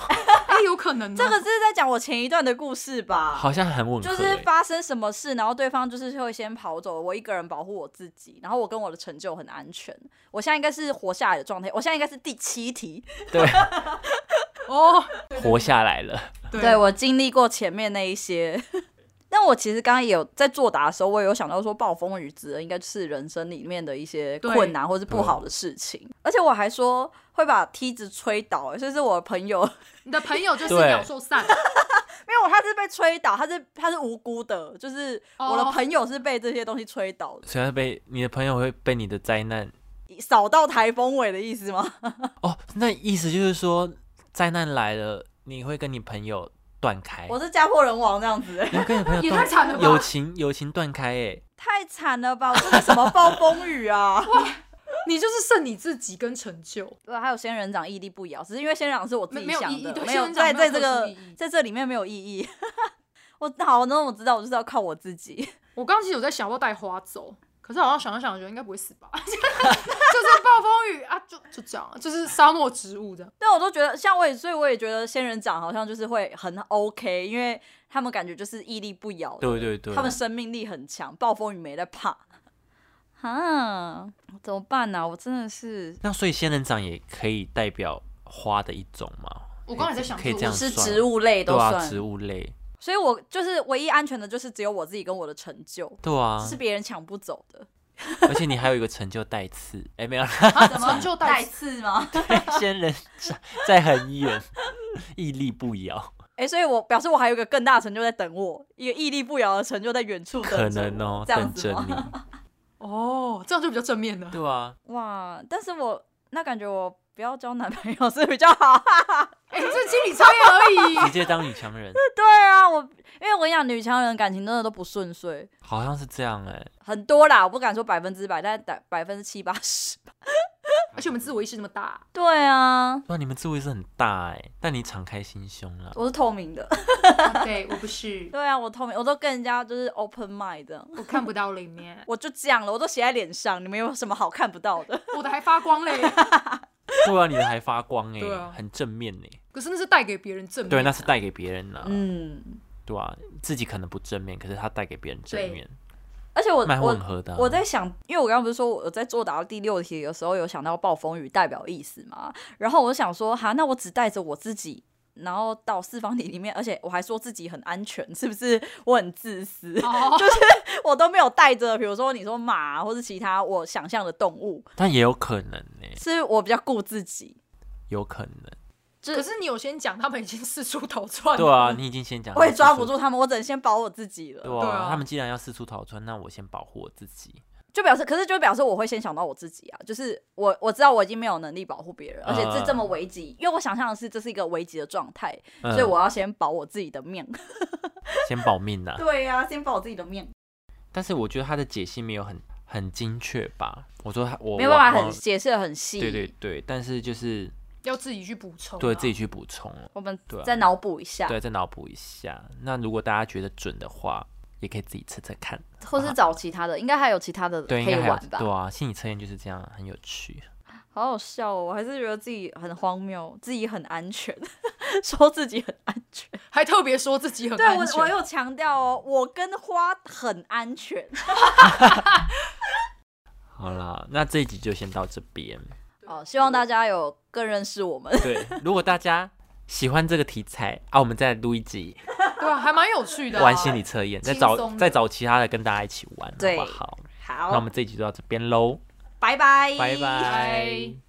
Speaker 3: 哎，有可能哦
Speaker 1: 这个是在讲我前一段的故事吧？
Speaker 2: 好像很吻合欸
Speaker 1: 就是
Speaker 2: 耶。
Speaker 1: 发生什么事，然后对方就是会先跑走，我一个人保护我自己，然后我跟我的成就很安全。我现在应该是活下来的状态，我现在应该是第七题。
Speaker 2: 对，
Speaker 3: 哦，
Speaker 2: 活下来了。
Speaker 3: 对
Speaker 1: 对我经历过前面那一些， 但我其实刚刚也有在作答的时候，我也有想到说，暴风雨指的应该就是人生里面的一些
Speaker 3: 对
Speaker 1: 困难或是不好的事情。
Speaker 3: 嗯
Speaker 1: 而且我还说会把梯子吹倒、欸所以是我的朋友，
Speaker 3: 你的朋友就是
Speaker 2: 对
Speaker 3: 鸟兽散，
Speaker 1: 没有，他是被吹倒，他是他是无辜的，就是我的
Speaker 3: 哦
Speaker 1: 朋友是被这些东西吹倒的，
Speaker 2: 虽然被你的朋友会被你的灾难
Speaker 1: 扫到台风尾的意思 吗？
Speaker 2: 哦，那意思就是说灾难来了，你会跟你朋友断开，
Speaker 1: 我是家破人亡这样子、欸
Speaker 2: 你会跟你朋友
Speaker 3: 也太
Speaker 2: 断，
Speaker 3: 惨了
Speaker 2: 友
Speaker 3: 吧！
Speaker 2: 情友情断开哎，
Speaker 1: 太惨了吧！我这是什么暴风雨啊？
Speaker 3: 你就是剩你自己跟成就，
Speaker 1: 对，啊还有仙人掌屹立不摇，只是因为仙人掌是我自己
Speaker 3: 没没有
Speaker 1: 想
Speaker 3: 意义
Speaker 1: 的，
Speaker 3: 对
Speaker 1: 没
Speaker 3: 仙
Speaker 1: 有
Speaker 3: 人掌
Speaker 1: 在
Speaker 3: 没
Speaker 1: 在
Speaker 3: 有
Speaker 1: 这
Speaker 3: 特殊
Speaker 1: 个
Speaker 3: 意义
Speaker 1: 在这里面没有意义。 我好，那我知道，我就是要靠我自己。
Speaker 3: 我刚刚其实有在想要不要带花走，可是好像想一想，觉得应该不会死吧， 就是暴风雨啊，就就这样，就是沙漠植物这样。
Speaker 1: 但我都觉得，像我也，所以我也觉得仙人掌好像就是会很 OK，因为他们感觉就是屹立不摇的，
Speaker 2: 对对对
Speaker 1: 他们生命力很强，暴风雨没在怕。啊，怎么办呢、啊？我真的是
Speaker 2: 那所以仙人掌也可以代表花的一种吗？
Speaker 3: 我刚才在想
Speaker 2: 可以这样
Speaker 1: 是
Speaker 2: 算
Speaker 1: 植物类
Speaker 2: 对
Speaker 1: 都算，
Speaker 2: 啊，植物类，
Speaker 1: 所以我就是唯一安全的，就是只有我自己跟我的成就，
Speaker 2: 对啊
Speaker 1: 这，是别人抢不走 的。
Speaker 2: 而且你还有一个成就带刺，哎、没有啦，
Speaker 3: 啊，怎么就带
Speaker 1: 刺吗？
Speaker 2: 仙人掌在很 远，屹立不摇，
Speaker 1: 哎、所以我表示我还有一个更大的成就在等我，一个屹立不摇的成就在远处等着我
Speaker 2: 可能哦、
Speaker 1: 这样
Speaker 2: 等
Speaker 1: 子
Speaker 2: 着
Speaker 1: 吗？
Speaker 2: 你，
Speaker 3: 哦，这样就比较正面了。
Speaker 2: 对啊，
Speaker 1: 哇，但是我那感觉我不要交男朋友是比较好，
Speaker 3: 哎、哎、这心理测验 而已。
Speaker 2: 直接当女强人，
Speaker 1: 对啊，我因为我跟你讲，女强人感情真的都不顺遂，
Speaker 2: 好像是这样哎、
Speaker 1: 很多啦，我不敢说百分之百，但百百分之七八十。
Speaker 3: 而且我们自我意识那么大，
Speaker 1: 对啊，
Speaker 2: 哇，你们智慧是很大哎、但你敞开心胸了。
Speaker 1: 我是透明的。
Speaker 3: 啊对我不是，
Speaker 1: 对啊，我透明，我都跟人家就是 open mind 这样。
Speaker 3: 我看不到里面，
Speaker 1: 我就这样了，我都写在脸上，你们有什么好看不到的？
Speaker 3: 我的还发光嘞。
Speaker 2: 对啊，你的还发光哎、
Speaker 3: 对啊
Speaker 2: 很正面哎、
Speaker 3: 可是那是带给别人正面，
Speaker 2: 对，那是带给别人啦、啊
Speaker 1: 嗯，
Speaker 2: 对啊，自己可能不正面，可是他带给别人正面，
Speaker 1: 而且我
Speaker 2: 蛮
Speaker 1: 我
Speaker 2: 混合的啊、
Speaker 1: 我在想，因为我刚刚不是说我在作答到第六题的时候有想到暴风雨代表意思嘛，然后我就想说，哈，那我只带着我自己，然后到四方体里面，而且我还说自己很安全，是不是？我很自私，
Speaker 3: 哦，
Speaker 1: 我都没有带着，比如说你说马或是其他我想象的动物，
Speaker 2: 但也有可能呢、
Speaker 1: 是我比较顾自己。
Speaker 2: 有可能。
Speaker 3: 可是你有先讲，他们已经四处逃窜了。
Speaker 2: 对啊，你已经先讲，
Speaker 1: 我也抓不。住他们，我只能先保我自己了，
Speaker 2: 对
Speaker 3: 对
Speaker 2: 啊，
Speaker 3: 啊
Speaker 2: 他们既然要四处逃窜，那我先保护我自己。
Speaker 1: 就表示，可是就表示我会先想到我自己啊，就是我我知道我已经没有能力保护别人，而且这
Speaker 2: 嗯
Speaker 1: 这么危急，因为我想象的是这是一个危急的状态，
Speaker 2: 嗯、
Speaker 1: 所以我要先保我自己的 命。
Speaker 2: 先保命呐、
Speaker 1: 对呀、先保我自己的命，
Speaker 2: 但是我觉得他的解析没有很很精确吧？我说他我
Speaker 1: 没有办法
Speaker 2: 我
Speaker 1: 很解释的很细。
Speaker 2: 对对对，但是就是
Speaker 3: 要自己去补充、啊，
Speaker 2: 对自己去补充了，
Speaker 1: 我们
Speaker 2: 对啊
Speaker 1: 再脑补一下，
Speaker 2: 对，再脑补一下。那如果大家觉得准的话，也可以自己测测看。
Speaker 1: 或是找其他 的，应该还有其他的可
Speaker 2: 对，应
Speaker 1: 以
Speaker 2: 该还有
Speaker 1: 玩吧？
Speaker 2: 对啊，心理测验就是这样，很有趣。
Speaker 1: 好好笑哦！我还是觉得自己很荒谬，自己很安全， 说自己很安全。
Speaker 3: 还特别说自己很
Speaker 1: 对
Speaker 3: 安
Speaker 1: 我，
Speaker 3: 全
Speaker 1: 我有强调哦，我跟花很安全。
Speaker 2: 好啦，那这一集就先到这边。
Speaker 1: 哦，希望大家有更认识我们。
Speaker 2: 对，如果大家喜欢这个题材啊，我们再录一集
Speaker 3: 对啊，还蛮有趣的、啊。
Speaker 2: 玩心理测验，再
Speaker 3: 轻
Speaker 2: 找
Speaker 3: 松的
Speaker 2: 再找其他的跟大家一起玩，好
Speaker 1: 对
Speaker 2: 不好？那我
Speaker 1: 好，
Speaker 2: 们这一集就到这边喽，
Speaker 1: 拜拜，
Speaker 2: 拜拜。
Speaker 3: 拜